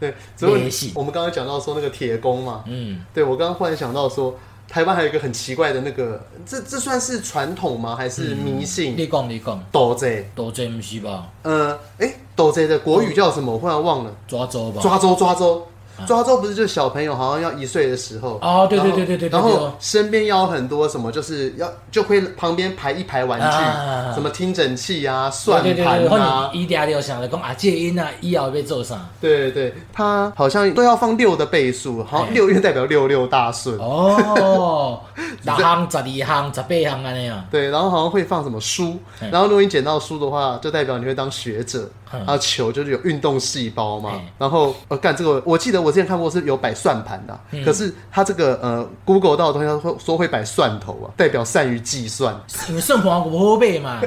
对，只不过
没戏
我们刚刚讲到说那个铁工嘛，
嗯，
对我刚刚忽然想到说，台湾还有一个很奇怪的那个，这这算是传统吗？还是迷
嗯
信？
你讲你讲，
斗贼，
多这毋是吧？
呃，哎，斗贼的国语叫什么？我忽然忘了。
抓周吧？
抓周，抓周，抓周不是就是小朋友好像要一岁的时候
嗯哦对对
然后
对对对对
然
对
后
哦
身边要有很多什么，就是要就会旁边排一排玩具，
啊
什么听诊器啊、算
对对
盘
对对，
啊
或，你伊嗲就想着讲啊，这个囡仔以后要做啥？
对对对，他好像都要放六的倍数，好像
哎
六又代表六六大顺，
哦，六项、十二项、十八项安尼啊。
对，然后好像会放什么书，
哎
然后如果你捡到书的话，就代表你会当学者，
嗯
然后球就是有运动细胞嘛
哎，
然后呃干这个，我记得我之前看过是有摆算盘的啊，
嗯
可是它这个呃 Google 到的东西，它会说会摆蒜头啊，代表善于计算，
因为算盘无好买嘛，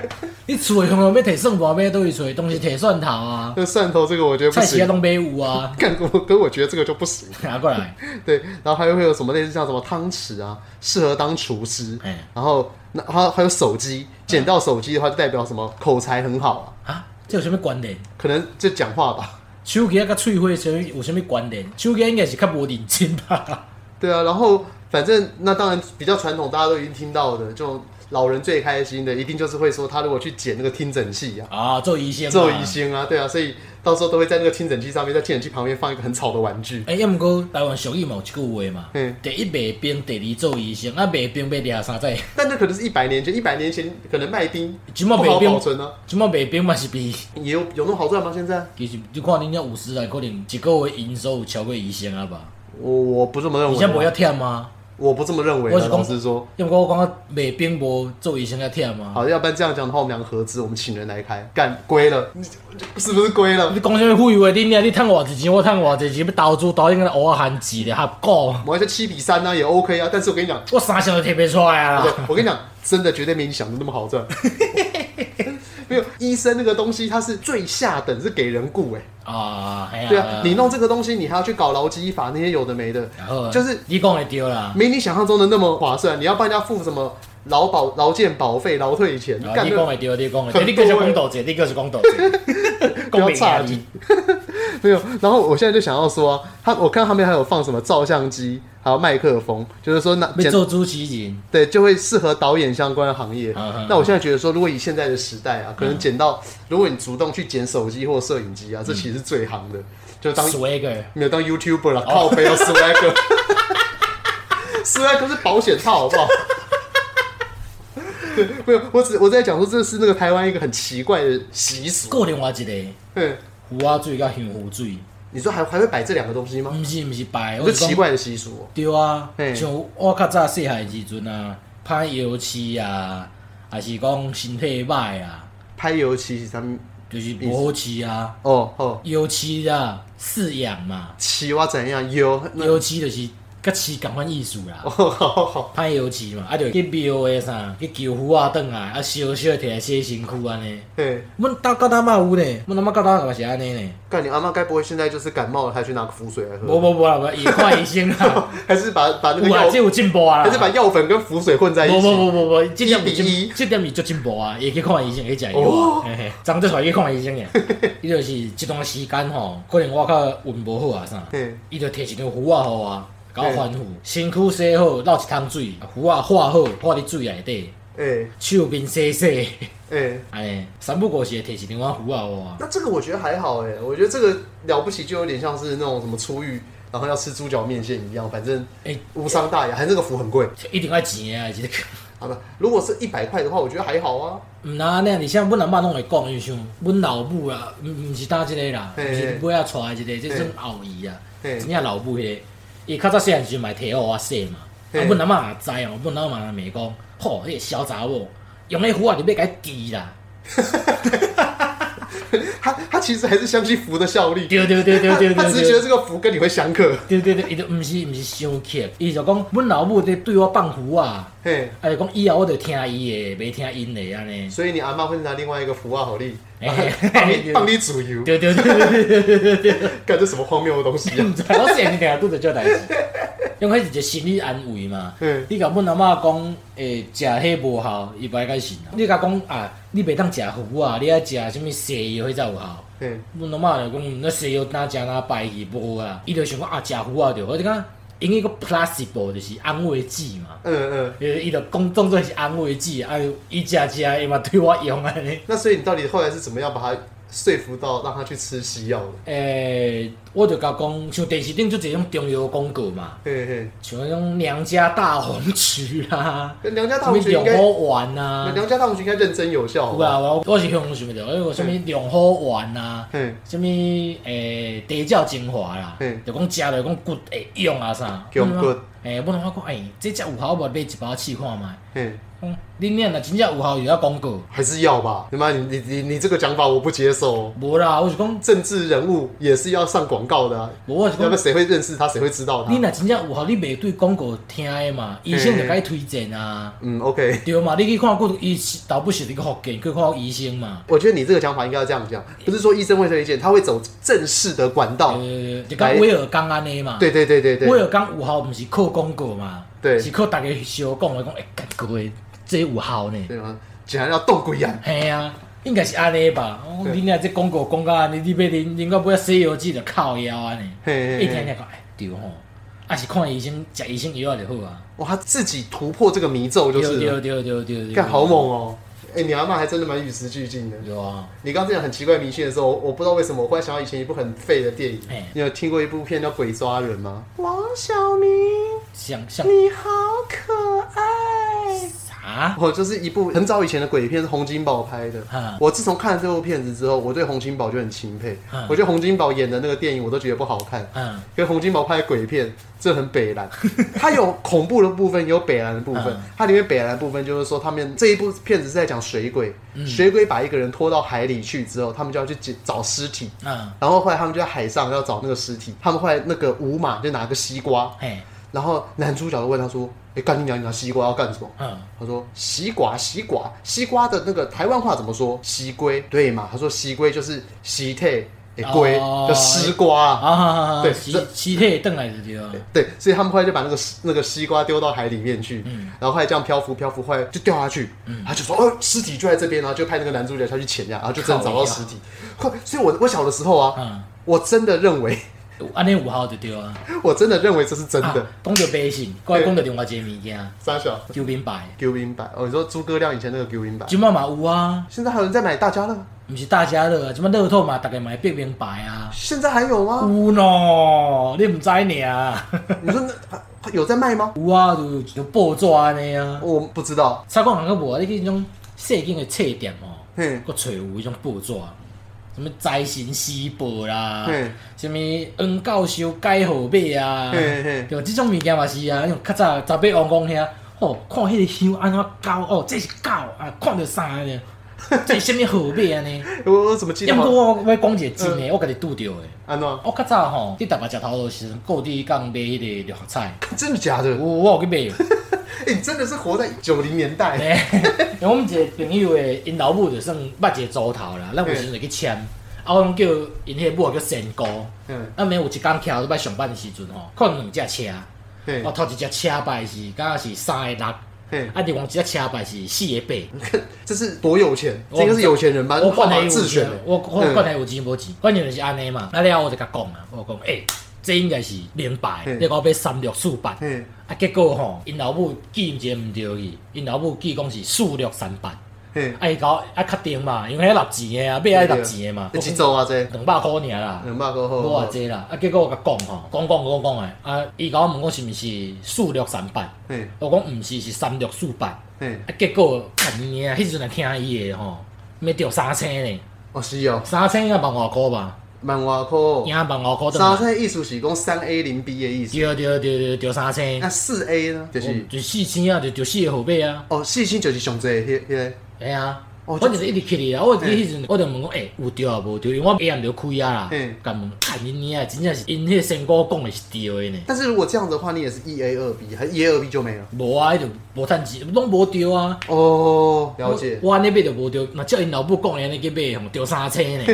你厝的向要摕算盘买倒去找，当是摕蒜头啊，
那蒜头这个我觉得不
菜市啊
行，
拢买有啊，
干我跟我觉得这个就不行，
拿过来，
对，然后还会有什么类似像什么汤匙啊，适合当厨师
哎，
然后那还有还有手机，捡到手机的话就代表什么口才很好啊，
啊，这有啥物关联？
可能就讲话吧。
手机啊甲喙花有啥物有啥物关联？手机应该是较无认真吧？
对啊，然后反正那当然比较传统，大家都已经听到的，就老人最开心的，一定就是会说他如果去捡那个听诊器啊，
啊，做医生嘛，
做医生啊，对啊，所以到时候都会在那个听诊器上面，在听诊器旁边放一个很吵的玩具。
哎，要毋过台湾俗语嘛有一句话嘛
嗯，
第一卖兵，第二做医生，啊卖兵要掠啥在？
但那可能是一百年前，一百年前可能卖冰
即
不
满卖
好保
兵，
存啊，
即满卖兵嘛是比，
也有有那么好赚吗？现在
其实你看恁遐五十来可能一个月营收有超过医生啊吧？
我我不这么认
而且无
为
遐
啊，
忝啊。
我不这么认为
我
啊，
是说
老实说。
要不我感觉卖兵无做医生较忝啊。
好，要不然这样讲的话，我们两个合资，我们请人来开，干归了，你是不是归了
你？讲啥物废话？你娘你趁偌济钱，我趁偌济钱，要投资投应该乌啊含钱咧，合股。
我们就七比三呢、啊，也 OK 啊。但是我跟你讲，
我三想都提不出来啊
对
啦。，
我跟你讲，真的绝对没你想的那么 好赚。没有医生那个东西，它是最下等，是给人雇哎、
啊，哎呀，
对啊，你弄这个东西，你还要去搞劳基法那些有的没的，
然后
就是
你讲的对啦。
没你想象中的那么划算。你要帮人家付什么劳保、劳健保费、劳退钱，
啊
干
你
那
讲的对，你讲的
很多欸
对，你继续讲道者，你继续讲道者，
不要
讲
差
差
你
你。
没有。然后我现在就想要说、啊，他我看他们还有放什么照相机，还有麦克风，就是说那
要做主持人，
对，就会适合导演相关的行业。
嗯嗯
那我现在觉得说，如果以现在的时代啊，可能捡到，如果你主动去捡手机或摄影机啊，这其实是最行的，就当
swagger，
没有当 YouTuber 啦，靠背要啊 swag。swag 是保险套，好不 好？对，没有，我只我在讲说，这是那个台湾一个很奇怪的习俗。
个另外一个
嗯，
胡仔水甲香胡水，
你说还还会摆这两个东西吗？
毋是毋是白，
有
我
个
是讲
奇怪的习俗哦、
对啊
嘿，
像我较早细汉的时阵啊，拍油漆啊，还是讲身体歹啊，
拍油漆咱们
就是无好饲啊。
哦哦，
油漆啊，饲养嘛，
漆哇怎样油？那
油漆就是甲饲共款意思啦
哦，。好好好。
拍油漆嘛，啊就去庙的啥，去求符啊，转来啊烧烧摕来洗身躯安尼。
嘿
阮兜到搭嘛有呢，阮阿妈到搭嘛是安尼呢。
干你阿妈该不会现在就是感冒了，还去拿个符水来喝？
无无无啦，无伊看医生啦。
还是把把那个
有啊，
药
这，有进步啊
还是把
啦。
药粉跟符水混在一
无
起？
无无无无，这点有
一比一
进，这点是足进步啊，会去看医生，会食药
哦
啊。嘿嘿，昨昏才带去看医生呢。伊就是即段时间吼，可能我较运无好啊啥。
嘿
伊就摕一张符啊，互我，甲我吩咐，身躯洗好，落一桶水，符啊画好，画伫水内底，
哎
手面洗洗，
哎，
安尼三不五时会摕一张啊符啊，互我。
那这个我觉得还好哎，我觉得这个了不起就有点像是那种什么出狱然后要吃猪脚面线一样，反正
诶、
无伤大雅，还是那个符很贵，
一定爱钱的啊，即个。
好吧？如果是一百块的话，我觉得还好啊。
毋啦，安尼，而且阮阿嬷拢会讲，伊像阮老母啦，毋毋是搭即个啦，毋
嘿
是尾仔娶的即个，即
嘿
种后裔啊，
嘿
真正老母迄个，伊较早细汉时嘛摕互我洗嘛，啊，
嘿
阮阿嬷也知哦，阮阿嬷咪讲，吼，迄个小查某用迄符啊，你要甲伊治啦。
他他其实还是相信符的效力，
对对对对
他
对对
他只是觉得
对。
这个符跟你会相克。
对对对，伊就毋是毋是生气，伊就讲，阮老母在对我放虎啊，
嘿，
啊就讲以后我就听伊的，袂听因的安尼。
所以你阿妈会拿另外一个符啊，好力，
嘿
帮你
嘿
帮你煮油，
对对对对对对对对，
干这什么荒谬的东西啊
毋！知我前定拄着这代志，因为迄是一个心理安慰嘛
嗯。
你甲阮阿嬷讲，诶，食迄无效，伊袂甲信啊。你甲讲啊，你袂当食糊啊，你爱食啥物西药迄才有效。
嘿。
阮阿嬷就讲，那西药哪食哪败去无啊，伊就想讲啊，食糊啊着，我就讲因迄个 placebo 就是安慰剂嘛，
嗯嗯。
因为伊就讲当做是安慰剂，啊，伊食食伊嘛对我用安尼。
那所以你到底后来是怎么样把他说服到让他去吃西药的？
诶、我就甲讲，像电视顶就一种中药广告嘛，
嘿嘿，
像迄种娘家大红曲啦，
那娘家
什
大
么
红曲应
两
该，
好丸啊，
娘家大红曲应该认真有效
有
吧？
啊，我我是向想着，迄个什么两好丸啊，
嘿，
什么诶地胶精华啦
嗯，
就讲食了讲骨会用啊啥，
强骨
诶、我同我讲，诶、这只有效，我买一包试看卖。
嘿，
嗯，恁娘若真正有效，有要广告。
还是要吧？你妈，你你你你这个讲法我不接受。
无啦，我是讲，
政治人物也是要上广告的、啊，
无我是
要
讲
不然，谁会认识他？谁会知道
嗯你
他？
若真正有效，你袂对广告听的嘛，医生就甲你推荐啊。
嗯，OK。
对嘛，你去看骨医师，倒不是你去福建去看医生嘛。
我觉得你这个讲法应该要这样讲，不是说医生会推荐，他会走正式的管道。
呃，就讲威尔刚安尼嘛。
啊对对对对
威
对，
尔刚有效，毋是靠广告嘛，
对
是靠大家相讲来讲，哎，干各位这有效呢。
对吗？竟然要动鬼眼，
嘿啊，应该是安尼吧。我
对
讲你若这广告讲到安尼，你要啉啉到尾西药剂就靠腰安尼。
嘿
一
嘿
天
嘿，
天讲，哎，对吼，啊是看医生，食医生药就好啊。
哇，他自己突破这个迷咒就
对
是了，
对对对对对，
干好猛哦！哎，你阿妈还真的蛮与时俱进的。
对啊，
你刚刚讲很奇怪迷信的时候，我不知道为什么，我忽然想到以前一部很废的电影
嘿，
你有听过一部片叫《鬼抓人》吗？王小明，
像像
你好可爱。
啥？
我哦就是一部很早以前的鬼片，是洪金宝拍的
嗯。
我自从看了这部片子之后，我对洪金宝就很钦佩
嗯。
我觉得洪金宝演的那个电影我都觉得不好看，
嗯，
跟洪金宝拍的鬼片这很北蓝。 它有恐怖的部分，也有北蓝的部分
嗯。
它里面北蓝的部分就是说，他们这一部片子是在讲水鬼，
嗯
水鬼把一个人拖到海里去之后，他们就要去捡找尸体。
嗯，
然后后来他们就在海上要找那个尸体，他们后来那个五马就拿个西瓜，
嘿，
然后男主角就问他说：“哎，干你娘，你拿西瓜要干什么？”
嗯，
他说西瓜，西瓜，西瓜的那个台湾话怎么说？西龟，对嘛？他说西龟就是西退，诶龟
哦
叫西瓜啊。
啊，
对
尸
这
尸体等来就对啊，
对，所以他们后来就把那个西那个西瓜丢到海里面去，
嗯
然后后来这样漂浮漂浮，后来就掉下去，他就说哦，尸体就在这边，然后就派那个男主角下去潜呀，然后就真的找
靠
到
呀
尸体。后所以我我小的时候啊，
嗯，
我真的认为，
有安尼有效就对啊。
我真的认为这是真的
啊。，讲到迷信，我讲到另外一个物件，
三小
九品牌，
丢银百，哦，你说诸葛亮以前那个丢银百，
即满嘛有啊，
现在还有人在买大家乐？
毋是大家乐啊，即满乐透嘛，逐个嘛会变名牌啊。
现在还有
有
吗？
喏，你毋知尔，
你说那有在卖吗？
有啊，就就报纸安尼啊。
我不知道，
菜馆行个无啊，你去迄种细间的册店哦吼，
嘿，
佫找有迄种报纸，什物财神喜报啦
嘿，
什物黄教授改号码啊
嘿嘿，
对，即种物件嘛是啊，迄种较早十八王公遐，吼、看迄个香安怎搞哦，这是狗啊，看着啥呢？这是什物号码安尼？
我我怎么记得啊
要不
好？
我我要讲一个真诶，我家己拄着诶。
安诺，
我较早吼，伫台北食头路时阵，固定讲买迄个绿合菜，
真的假的
有？我有去买。
哎，你真的是活在九零年 代，
欸因为我们一个朋友的因老母就算捌一个组头啦，咱有时阵就去签，啊，我拢叫因迄母叫仙姑，
嗯，
啊，暝有一工徛到捌上班的时阵吼，看两只车，
嘿
我，头一只车牌是敢若是三个六，啊，
嘿，
另外一只车牌是四个八。
这是多有钱？
我
这个是有钱人吧？
我
号
管他
码
有
啊自选
钱
的，，
我我
嗯
管他有钱无钱，反正就是安尼嘛。啊了后我就甲讲啊，我讲诶，欸这应该是明牌，
嗯
你讲要三六四八，
嗯
啊，结果吼，因老母记一个毋对去，因老母记讲是四六三八。
嘿，
啊，伊甲我啊确定嘛，因为迄立钱诶啊，买啊立钱诶嘛，
你几周啊？这
两百箍尔啦，
两百过后，
无偌济啦。啊，结果我甲讲吼，讲讲讲讲诶，啊，伊甲我问我是毋是四六三八，
嘿，
我讲毋是，是三六四八。啊，
嘿，
结果看伊啊，迄时阵来听伊诶吼，要着三千呢，
哦是哦，
三千应该万外箍吧，
万外块，哦
赢万外箍
三
的。
岁艺术是讲三 A 零 B 的意思，
对对对对，着三千
那，四 A 呢？就是
就四千啊，就着四个号码啊，
哦，四星就是上最迄迄个，
嘿啊。
哦
我
这
就是一直去哩啊！我记得迄阵，我就问讲，诶、有对啊无对？因为我下暗就开啊啦
嗯，
甲问，看因娘的真正是因迄个仙姑讲的是对的呢。
但是如果这样子的话，你也是一 A 二 B，还一 A 二 B 就没了。
无啊，迄就无趁钱，拢无对啊。
哦，了解。
我我安尼买就无对，若照因老母讲的安尼去买，吼着三千 呢，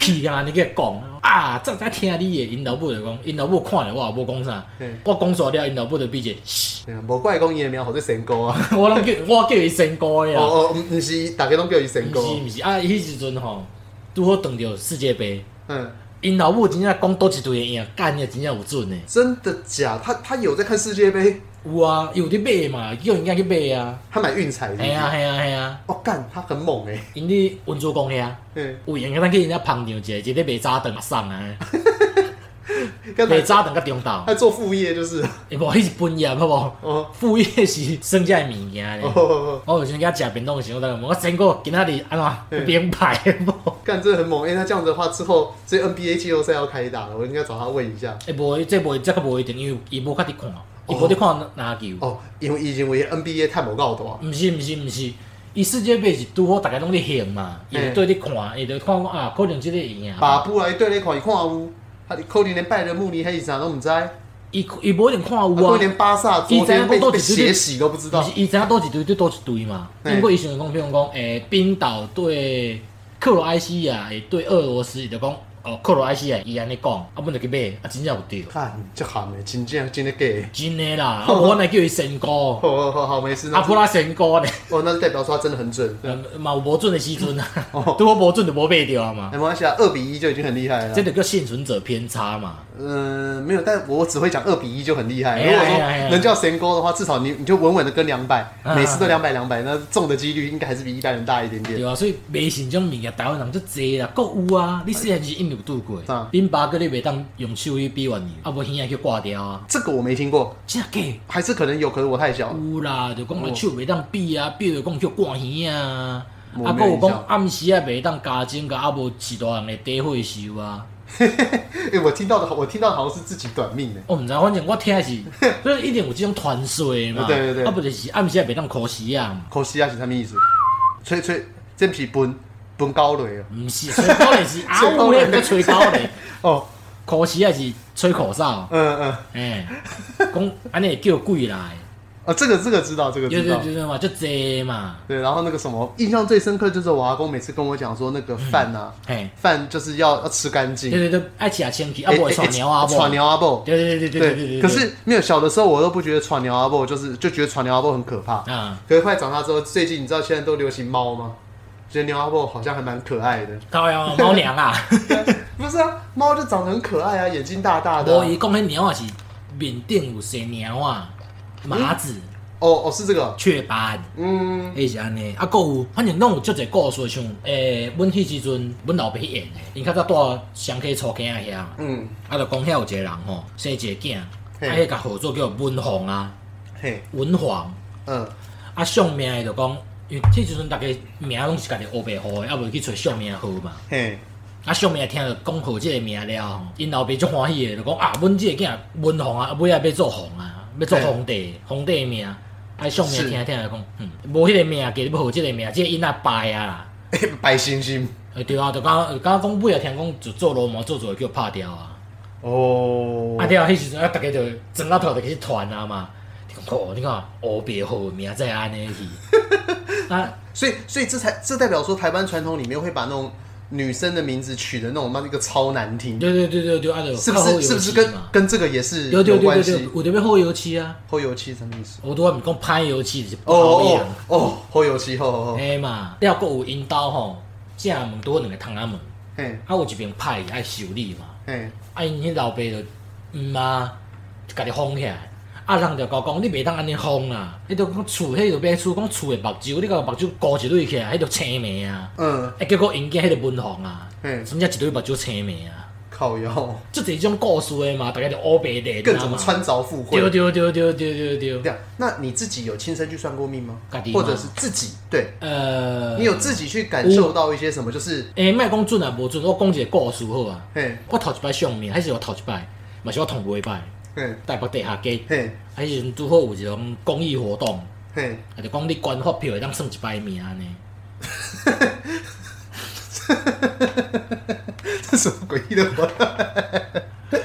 气甲安尼去讲啊！早知听你的，因老母就讲，因老母看着我也无讲啥
嗯，
我讲煞了，因老母就比者，嘘
对啊，无怪讲伊的名号做神姑啊。
我拢叫我叫伊仙姑的啊，
哦哦，毋是，大家拢叫伊神
毋是
姑。
毋是啊？迄时阵吼，拄好撞着世界杯。
嗯，
因老母真正讲倒一队的赢，干的真正有准的。
真的假？他他有在看世界杯，
有啊，有伫买嘛，叫人家去买啊。
他买运彩是不
系
是
啊，系啊，系啊，
哦，干，他很猛哎、欸，
因伫温州公遐，
嗯，
有闲咱去人家捧场者，一日卖早顿啊送啊，
刚
卖
才
早顿甲中昼。
他做副业就是，
会无，迄是本业好无？
哦
副业是算遮物件咧。
哦，
我有时甲食便当的时候，我就问我先过今仔日安怎
嗯
有编排无？
干真的很猛。哎、欸，那这样子的话，之后这 NBA 季后赛要开打了，我应该找他问一下。
诶，哎无，这无，这个无一定，因为伊无较伫看，伊无伫看篮球。
哦，因为以前为 NBA 探某告多，
毋是毋是毋是，伊世界杯是拄好，逐个拢咧行嘛，伊就
嗯
对咧看，伊就看讲啊，可能即个会赢
把
啊。
布来对那款看有，他可能连拜仁慕尼黑啥都不知道，啊
伊伊无一定看有
可能
啊，
连巴萨昨天
他
被
知道
被血洗都不知
毋
道
是。伊知影倒一队对倒一队嘛。
嗯
不过伊想讲，比如讲，诶，冰岛对克罗埃西亚，会对俄罗斯，伊就讲哦，克罗埃西亚伊安尼讲，啊，阮就去买，啊，真正有对，
看，这喊的，真正真的假
真诶 啦，啊，无我来叫伊神
的。
哥，
好好好好，没事。
啊，
那
不拉神哥咧，
哦，那就代表说他真的很准。
呃嘛有无准诶时阵啊
哦，
拄好无准就无买着啊嘛
哎，，没关系啊，二比一就已经很厉害了
这。就叫幸存者偏差嘛。
嗯，没有，但我只会讲二比一就很厉害。
哎
如
呀
果
哎呀哎呀
说能叫神勾的话，至少你你就稳稳的跟两百，
嗯
每次都两百两百，那中的几率应该还是比一般人大一点点
对。啊，所以迷信这种物件，台湾人足济啦，各有啊。你虽然是因有拄过
啥，
恁爸个你袂当用手去比完你，啊无耳仔去挂掉啊。
这个我没听过，
真假的
还是可能有，可能我太小了。
有啦，就讲手袂当比啊，比就讲叫挂耳啊。
我
啊，
没
佮
有
有
印象
讲暗时啊袂当加针个，啊无一大人会低岁收啊。
哎，我听到的，我听到的好像是自己短命的。
我毋知，反正我听的 是，所以一定有即种传说的嘛。
对对对
啊不就是暗时啊袂当考试啊嘛。
可惜啊，是什么意思？吹吹，这皮分分高雷哦。
毋是，吹口咧 是啊，有咧毋叫吹口咧，
哦，
考试啊是吹口哨。
嗯嗯，
哎，讲安尼会叫鬼 来，
哦，这个这个知道，这个
有
知
有
道
有。有嘛，就这嘛，
对，然后那个什么，印象最深刻就是我阿公每次跟我讲说，那个饭啊，
嘿，
饭就是要要吃干
对
净，
对对，爱吃啊清气，啊不会喘尿啊不，
喘，尿阿伯，
对对对对对对对，
可是没有小的时候，我都不觉得喘牛阿布就是就觉得喘牛阿布很可怕。
啊，
可是后来长大之后，最近你知道现在都流行猫吗？觉得牛阿布好像还蛮可爱的。
高呀猫粮 啊，
不是啊，猫就长得很可爱啊，眼睛大大的啊、
无伊讲迄猫啊是面顶有生猫啊，麻子、
哦哦，是这个，
雀斑，
嗯，
迄是安尼，啊，搁有反正拢有足侪故事，像诶，阮迄时阵阮老爸去演诶，因较早住双溪初坑啊遐嘛，
嗯，
啊，就讲遐有一个人吼生一个囝，啊，
嘿
迄个合作叫文宏啊，
嘿，
文皇。
嗯、
啊，上命的就讲，因为迄时阵逐个名拢是家己黑白号的，啊袂去找上命号嘛。
嘿，
啊，上命听着讲号即个名了吼，因老爸足欢喜的，就讲啊，阮即个囝文皇啊，尾啊要做皇啊，要做皇帝，皇帝的命。啊，上命
是
听听就讲，嗯，无迄个命，给你要号即个命，即、个因啊拜啊啦。
嘿 白星星，
呃对啊，就讲就讲讲尾啊，听讲就做罗毛做做叫拍掉啊。
哦，
啊了，迄时阵啊，逐个就整到头就开始传啊嘛。你讲哦，你看黑白号的名再安尼去， 啊。
所以所以这才这代表说台湾传统里面会把那种女生的名字取的那种妈那个超难听，
对对对对对，啊，就是
不
靠后油
是
漆
是不是跟
嘛
跟这个也是
对对
有
对
关
对对
系？，
有特别后油漆啊，
后油漆什么意思？
我拄啊毋讲歹油漆就是不
哦
好用，
哦哦，好有气，吼吼吼，
嘿嘛，了搁有引导吼，正门拄好两个窗仔门，
嘿，
啊有一边歹的爱修理嘛，
嘿，
啊因迄老爸就毋啊，家己封起来。啊，人就讲讲，你袂当安尼封啊！你就讲厝，迄就变厝，讲厝的目睭，你甲目睭糊一对起来，迄就青眉啊！
嗯，
啊，结果因囝迄个文红啊，
嘿，
真正一对目睭青眉啊！
靠腰，
即这种故事的嘛，大概就乌白的，
各种穿着富贵。
对对对对对对
这
对。
样，那你自己有亲身去算过命吗
自己？吗
或者是自己对
呃，
你有自己去感受到一些什么？就是
诶，莫讲准啊，无准，我讲一个故事好啊。
嘿，
我头一摆上面，还是我头一摆，嘛是我同尾摆，
嘿，
台北地下街，
嘿，
迄时阵拄好有一种公益活动，
嘿，
啊，就讲你捐发票会当算一摆命安尼。
这什么诡异的活动？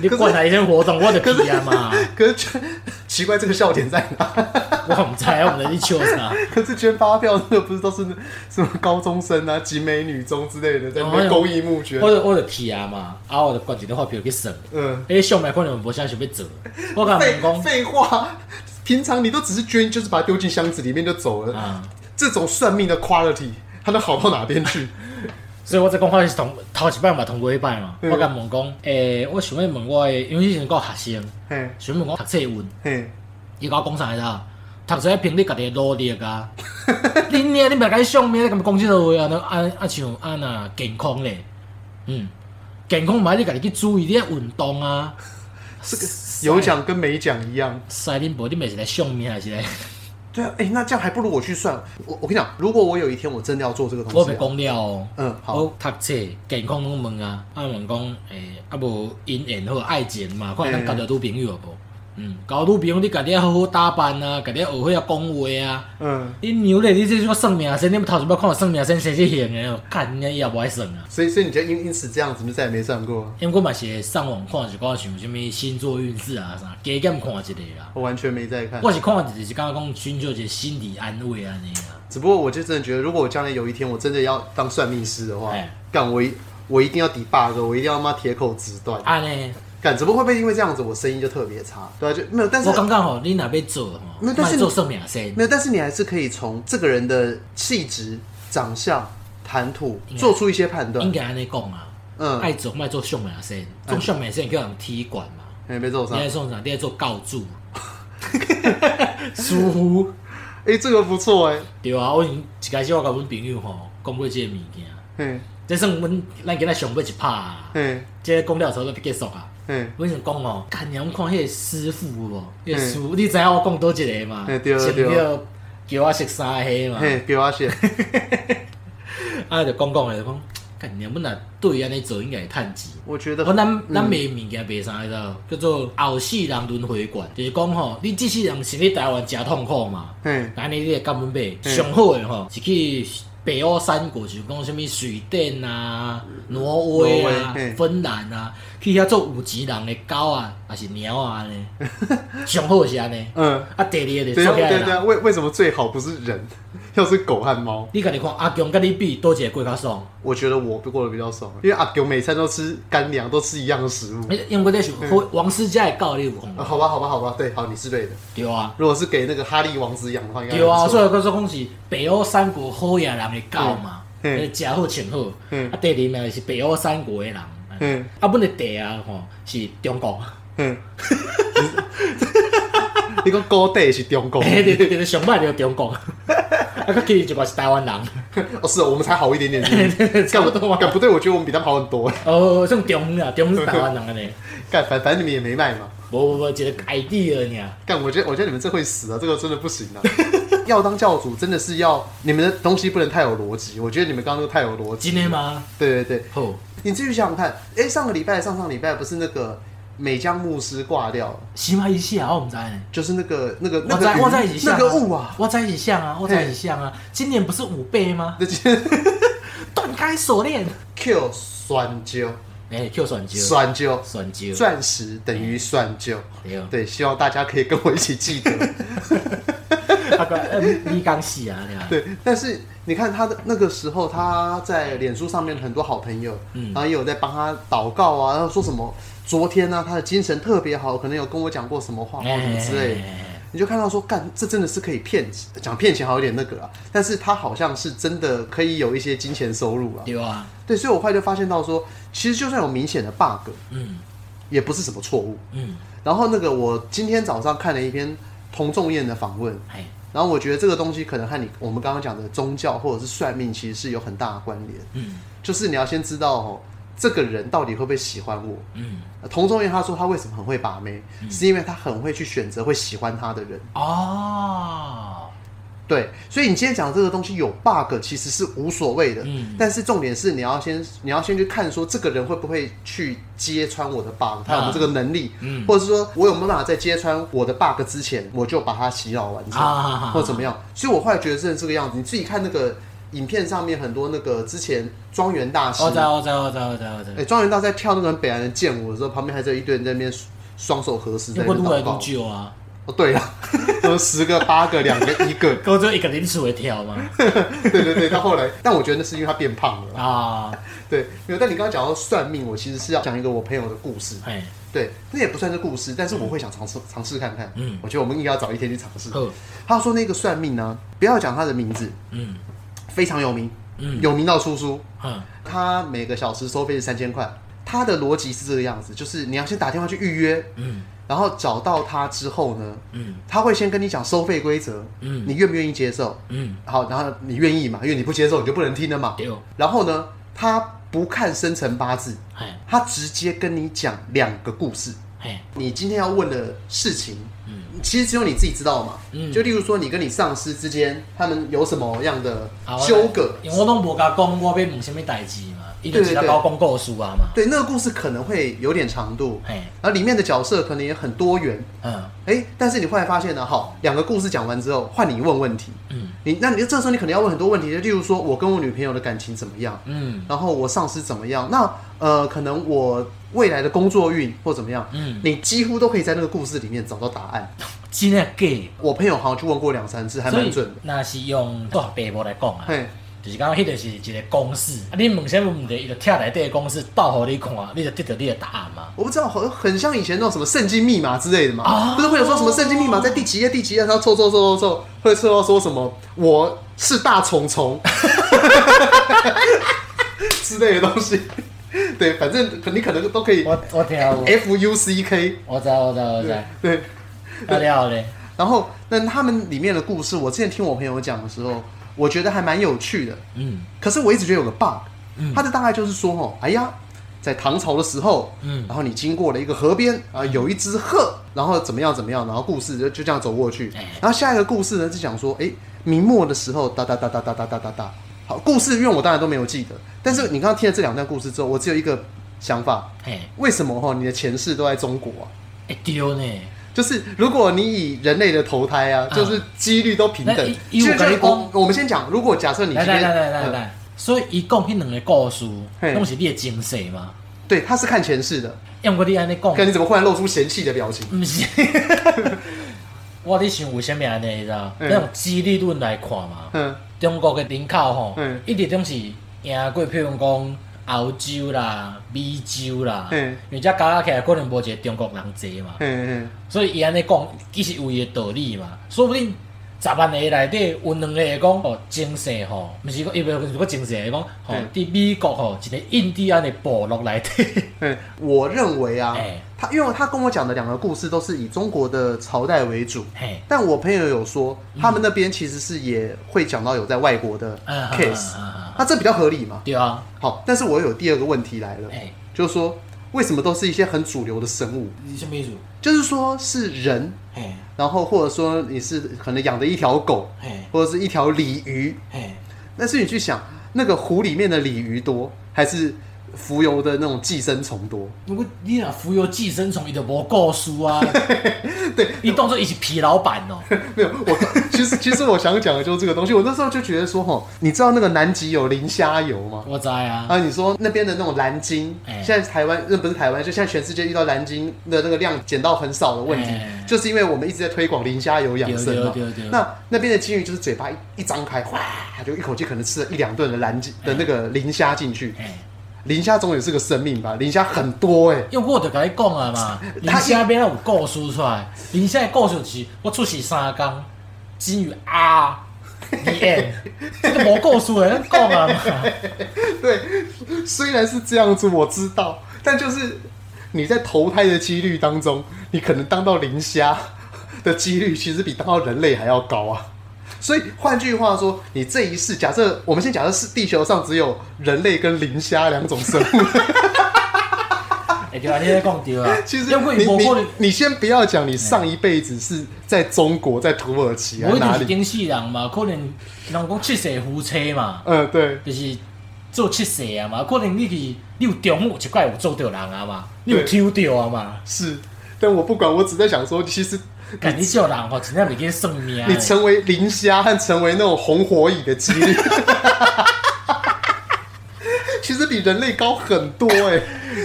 你管来种活动，我就去啊嘛，
可是 觉得奇怪，这个笑点在哪？
我毋知啊，我毋知你笑啥。
可是捐发票那个不是都是什么高中生啊、集美女中之类的，在那边公益募捐
我。就我就去啊嘛，啊，我就捐一张发票去算。
嗯，
迄上面可能无啥想要做，我甲
废
问讲，
废话，平常你都只是捐，就是把它丢进箱子里面就走了。
啊，
这种算命的 quality，它能好到哪边去？
所以我才讲我是同头一摆嘛，同过一摆嘛。
嗯
我甲问讲，诶、我想要问我的，因为以前我学生，
嘿，
想问我读册运，
嘿，
伊甲我讲啥啦？读册凭你家己的努力啊！ 你你你袂甲伊相面，你咁讲即落话啊？那啊啊像啊那健康咧，嗯，健康嘛，你家己去注意，你要运动啊。
这个有奖跟没奖一样。
塞恁无，你咪是来相面还是来？
对啊，哎、那这样还不如我去算。我我跟你讲，如果我有一天我真的要做这个
我
东西
袂
啊、
讲了哦。
嗯，好，
我读册健康拢问啊，啊问讲诶、啊无姻缘好爱情嘛，看咱交到女朋友无？嗯，交女朋友你家己要好好打扮啊，家己要学会晓讲话啊。
嗯，
你牛嘞，你这种算命先，你们头一摆看有算命先生这型的哦，看人家伊也无爱算啊。
所以所以你就因因此这样子，你再也没算过啊，
因为我嘛是会上网看一寡像什物星座运势啊啥，加减看一下啦。
我完全没再看。
我是看一是感觉讲寻求一个心理安慰安尼啊。
只不过我就真的觉得，如果我将来有一天我真的要当算命师的话
哎，
干我一我一定要 debug，我一定要妈铁口直断。
安尼，
干，只不过会不会因为这样子我声音就特别差？对啊，就没有，但是
我感觉吼，你若要做吼，
没有但是
莫做算命先。
没有，但是你还是可以从这个人的气质、长相、谈吐做出一些判
应
断。
该安尼讲啊，
嗯，
爱做莫做上面先，做上面先叫人踢馆嘛，
哎，没做
你
伤。
爱做啥？你爱做告注， 疏忽
哎，这个不错哎，
对啊。我已经一开始我甲阮朋友吼讲过即个物件，
嘿，
这算阮咱今仔上尾一拍啊，
嘿，
即个讲了差不多要结束啊。
嘿，
我想讲哦，看娘看迄个师傅有无，迄个师傅，你知影我讲倒一个嘛？
嘿对对
穿迄叫我熟衫迄嘛，
嘿，给我 写。
啊就讲讲诶，就讲看娘，阮若对安尼做应该会趁钱。
我觉得
我咱咱卖物件卖啥，你知道？叫做后世人轮回观，就是讲吼，你即世人是咧台湾真痛苦嘛，
嘿，
安尼你会干本买
嗯
上好的吼，是去北欧三国，就是讲什物水电啊、挪威
挪威
啊
嘿、
芬兰啊，去遐做有钱人的狗啊，还是猫啊呢？上好是安尼，
嗯，
啊第二个就
对
是
啊
做起来
对啊对
啦。
啊，为为什么最好不是人， 要是狗和猫？
你家己看阿强甲你比，多一个过较爽？
我觉得我过得比较爽，因为阿狗每餐都吃干粮，都吃一样的食物。
你用过哎这想，王思佳的狗你有看
啊
过？
好吧，好吧，好吧，对，好，你是对的。
对啊。
如果是给那个哈利王子养的话，应该
对啊，
不
所
错
以讲说讲是北欧三国好野人的狗嘛，
嗯嗯
呃食好穿好。
嗯
啊，第二名是北欧三国的人。
嗯
啊，本来第啊吼是中国，
嗯， 你讲狗带是中国，
哎对对对对，上摆就是中国。 啊，佮其实一半是台湾人，
哦，是哦我们才好一点点，是不是
差不多啊
干不对，我觉得我们比他们好很多。
哦，算中啦，中是台湾人安尼。
干，反反正你们也没卖嘛。
无无无，一个 idea 尔。
干，我觉得我觉得你们这会死啊，这个真的不行啊。 要当教主真的是要你们的东西不能太有逻辑，我觉得你们刚刚都太有逻辑。
真的？吗？
对对对，
好，
你继续想想看，哎、上个礼拜、上上礼拜不是那个美江牧师挂掉了，
是吗？伊写啊，我毋知道呢。
就是那个那个那
我
个
在
鱼
我在一起像
那个雾啊，，
我在一起像啊，我在一起像啊。今年不是五倍吗？
那些
断开锁链，
Q 酸椒，
哎，Q 选椒，
酸椒，
选椒，
钻石等于酸椒。
对。
对，希望大家可以跟我一起记得。
啊个嗯，你刚死啊，对吧？
对，但是你看他的那个时候，他在脸书上面很多好朋友，然后也有在帮他祷告啊，然后说什么昨天呢、啊他的精神特别好，可能有跟我讲过什么话或什么之类的。
哎
你就看到说，干，这真的是可以骗，讲骗钱好像有点那个啊，但是他好像是真的可以有一些金钱收入啊。
对啊，
对，所以我后来就发现到说，其实就算有明显的 bug，
嗯
也不是什么错误。
嗯，
然后那个我今天早上看了一篇童仲彦的访问，
哎，
然后我觉得这个东西可能和你我们刚刚讲的宗教或者是算命其实是有很大的关联，
嗯
就是你要先知道哦，这个人到底会不会喜欢我。
嗯，
呃童仲彦他说他为什么很会把妹，是因为他很会去选择会喜欢他的人。
哦，
对，所以你今天讲这个东西有 bug，其实是无所谓的。
嗯
但是重点是你要先你要先去看说这个人会不会去揭穿我的 bug，他有没有这个能力，
啊嗯
或者是说我有没有办法在揭穿我的 bug 之前，我就把它洗脑完成，
啊啊啊啊
或者怎么样？所以我后来觉得真的是这个样子。你自己看那个影片上面很多那个之前庄园大师，
我知道我知道我知道我知道我知
哎，庄园大师在跳那个北岸的剑舞的时候，旁边还是有一堆人在那边双手合十在
道，
那
我愈
边
来
祷
愈
告。
久啊，
哦，对 了，有十个、八个、两个、一个。
高中一个人厝会跳嘛，
对对对，他后来， 但我觉得那是因为他变胖了啦。
啊，
对，没有。但你刚刚讲到算命，我其实是要讲一个我朋友的故事。
嘿，
对，那也不算是故事，但是我会想尝试尝试看看。
嗯
我觉得我们应该要早一天去尝试。
好，
他说那个算命呢、不要讲他的名字，
嗯
非常有名，有名到出书，
嗯，
他每个小时收费是三千块。他的逻辑是这个样子，就是你要先打电话去预约，嗯，然后找到他之后呢，嗯，他会先跟你讲收费规则，嗯，你愿不愿意接受？
嗯，
好，然后你愿意嘛？因为你不接受，你就不能听了嘛。
对，
然后呢，他不看生辰八字，
嘿，
他直接跟你讲两个故事。
嘿，
你今天要问的事情，其实只有你自己知道嘛。就例如说，你跟你上司之间，他们有什么样的
啊
纠葛？
因为我拢无甲讲我要问什么代志嘛，伊就
对
是甲
对
我讲故事啊嘛，
对，那个故事可能会有点长度，
嘿，
然后里面的角色可能也很多元。
嗯
哎，但是你后来发现呢，好，两个故事讲完之后，换你问问题。
嗯
你那你这时候你可能要问很多问题，就例如说我跟我女朋友的感情怎么样，
嗯
然后我上司怎么样？那呃，可能我未来的工作运或怎么样，
嗯，
你几乎都可以在那个故事里面找到答案。
真诶假？
我朋友好像去问过两三次，还
所
蛮
以
准的。
若是用大白话来讲啊，
嘿，
就是讲迄就是一个公式，啊，你问啥物问题，伊就拆内底的公式倒互你看，你就得到你的答案嘛。
我不知道，好像很像以前那种什么圣经密码之类的嘛，
啊
不是会有说什么圣经密码在第几页、第几页，然后凑凑凑凑凑，会凑到说什么我是大 虫虫之类的东西。对，反正你可能都可以
我我听有，
F U C K。
我知我知我知，
对，
啊了后咧，
然后那他们里面的故事，我之前听我朋友讲的时候，我觉得还蛮有趣的。
嗯
可是我一直觉得有个 bug，、它的大概就是说，哦，哎呀，在唐朝的时候，
嗯
然后你经过了一个河边啊，有一只鹤，然后怎么样怎么样，然后故事就就这样走过去
哎。
然后下一个故事呢，是讲说，哎，明末的时候，哒哒哒哒哒哒哒哒哒。好，故事因为我当然都没有记得，但是你刚刚听了这两段故事之后，我只有一个想法：
嘿，
为什么哈、你的前世都在中国啊？
会丢呢。
就是如果你以人类的投胎啊，
嗯
就是几率都平
那
等
以。以
就
我
是
跟你讲
我我们先讲，如果假设你今
来来
天
来来来
嗯
来，所以伊讲迄两个故事，
嘿
拢是你的精髓嘛。
对，他是看前世的。
要毋过你安尼讲，
看你怎么忽然露出嫌弃的表情？
毋 是。我咧想为虾米安尼，你知道？
嗯
咱用几率论来看嘛，
嗯，
中国嘅人口吼
嗯，
一直拢是赢过，譬如讲澳洲啦、美洲啦，
嗯
因为遮加起来可能无一个中国人济嘛，
嗯
所以伊安尼讲，其实有伊的道理嘛，说不定。十万个内底有两个会讲吼精神吼，毋是讲伊袂是讲精神，伊讲吼
嗯
伫美国吼一个印第安的部落内底，
嗯，我认为啊
哎，
他因为他跟我讲的两个故事都是以中国的朝代为主，
嘿，
但我朋友有说他们那边其实是也会讲到有在外国的
嗯
case，
嗯嗯嗯嗯
那这比较合理嘛。
对啊，
好，但是我有第二个问题来了，
哎，
就是说为什么都是一些很主流的生物？
你什么意思？
就是说是人，
嘿，
然后或者说你是可能养的一条狗，
嘿，
或者是一条鲤鱼，
嘿，
但是你去想，那个湖里面的鲤鱼多，还是浮游的那种寄生虫多？
不过你若浮游寄生虫，伊就无故事啊。
对，
伊当做伊是皮老板哦、
没有，我其实其实我想讲的就是这个东西。我那时候就觉得说，吼，你知道那个南极有磷虾油吗？
我知啊。
啊，你说那边的那种蓝鲸，
哎
现在台湾那不是台湾，就现在全世界遇到蓝鲸的那个量减到很少的问题，
哎
就是因为我们一直在推广磷虾油养生嘛
对对对对。
那那边的鲸鱼就是嘴巴一一张开，哗，就一口气可能吃了一两顿的蓝鲸的那个磷虾进去。
哎，
磷虾总也是个生命吧？磷虾很多哎、
因为我就甲你讲啊 嘛，林虾边有故事出来，林虾的故事就是我出世三工，金鱼 啊。你演，这个无故事的，咱讲啊嘛。
对，虽然是这样子，我知道，但就是你在投胎的几率当中，你可能当到磷虾的几率，其实比当到人类还要高啊。所以换句话说，你这一世，假设我们先假设是地球上只有人类跟磷虾两种生 物，
哎、对啊，你在讲对啊。
其实
要不
你
伊无可
你
能，
你先不要讲你上一辈子是在中国，在土耳其还
无
是
一定
哪
是
里？
顶世人嘛，可能人讲七世夫妻嘛。
嗯，对，
就是做七世啊嘛，可能你去你有中午一摆有做着人啊嘛，你有抽着啊嘛，
是。但我不管，我只在想说，其实
但你叫人吼，真正袂记算命的。
你成为磷虾和成为那种红火蚁的几率， 其实比人类高很多哎、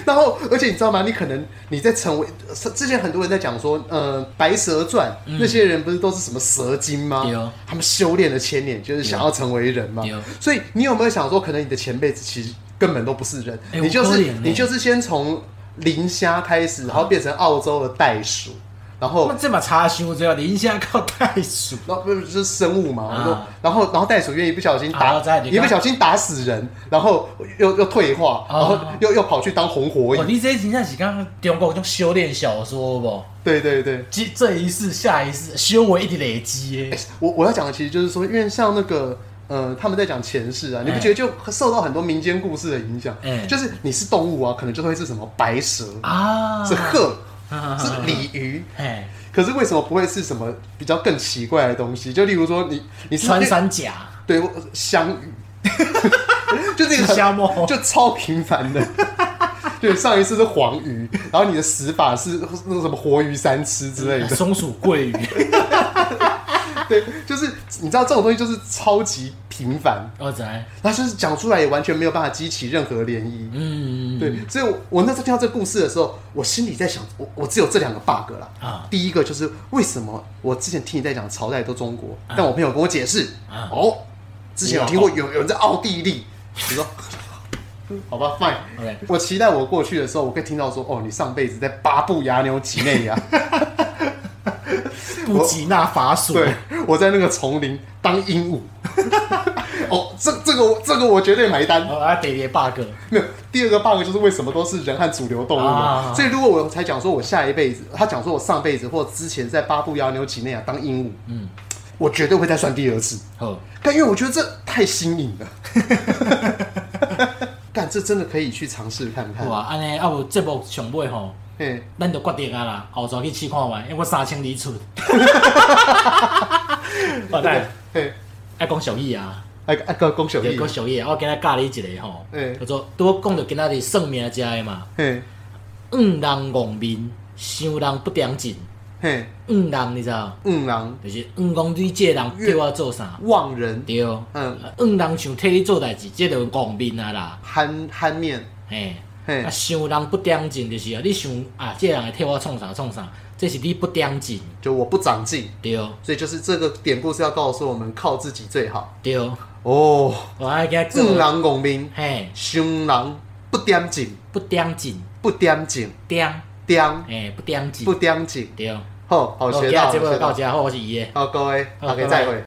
然后，而且你知道吗？你可能你在成为之前很多人在讲说，呃，《白蛇传》
嗯
那些人不是都是什么蛇精吗
对哦？
他们修炼了千年，就是想要成为人嘛
对哦。
所以你有没有想说，可能你的前辈子其实根本都不是人，
哎
你就
有可
是
能欸
你就是先从磷虾开始，然后变成澳洲的袋鼠。然后
我这么差修这样，你影响靠袋鼠，
然后不是就是生物嘛，
啊
然后然后然后袋鼠又一不小心
啊
打，
我知道你
一不
刚
小心打死人，然后又又退化，然后又又跑去当红火
啊哦，
影，
你这真正是讲中国种修炼小说不？
对对对。
这这一世下一世修为一直累积的，
我我要讲的其实就是说，因为像那个呃，他们在讲前世啊，你不觉得就受到很多民间故事的影响？
哎
就是你是动物啊，可能就会是什么白蛇、
啊
是鹤、
啊
是鲤鱼，
哎，
可是为什么不会是什么比较更奇怪的东西？就例如说你你是
穿山甲
对我香鱼， 就这个很
是虾貘
就超频繁的。 对，上一次是黄鱼，然后你的死法是那个什么活鱼三吃之类的，
松鼠桂鱼，
对，就是你知道这种东西就是超级频繁，
我知道，
那就是讲出来也完全没有办法激起任何涟漪。
嗯，
对，所以我，我那时候听到这个故事的时候，我心里在想，我我只有这两个 bug 啦。
啊
第一个就是为什么我之前听你在讲朝代都中国，但我朋友跟我解释，
啊哦
哦，之前有听过有有人在奥地 利，你说。好吧，fine。
OK
我期待我过去的时候，我可以听到说，哦，你上辈子在巴布亚纽几内 亚，
布吉纳法索，
对，我在那个丛林当鹦鹉。 哦，这这个我这个我绝对买单。
哦啊，得别 bug，
没有， 第二个 bug 就是为什么都是人和主流动物嘛
啊
所以如果我才讲说我下一辈子，他讲说我上辈子或之前在巴布亚纽几内亚当鹦鹉，嗯，我绝对会再算第二次。
好，
但因为我觉得这太新颖 了，干这真的可以去尝试看看
好。啊，安尼啊无节目上尾吼，
嘿，
咱就决定啊啦，后头去试看完，因为我三千里 出，我来
嘿，
爱讲俗语啊。
哎哎，恭恭喜
有
你
个！俗语，啊我今仔教你一个吼
嗯，
叫做拄讲到今仔日算命遮的嘛，
嘿，
嗯人戆面，想人不长进，
嘿，
嗯人你知道，
嗯狼
就是嗯讲你这个人对我做啥，
望人，
对，
嗯，
嗯人想替你做代志，这就戆面啊啦，
憨憨面，
嘿，
嘿
啊，想人不长进就是啊，你想啊，这个人会替我创啥创啥，这是你不长进，
就我不长进，
对
所以就是这个典故是要告诉我们靠自己最好
对，
哦。
我爱今仔
正
啊做，
人公民，
嘿，
凶人不点睛，
不长进，
不点睛，
长，
点
嘿，不长进
不，点睛。
对，
好，好
好
学
今仔
到，
节
好
目就到这，好，我
学到。
是伊的。
好，各位，
好
大家
拜拜
再会。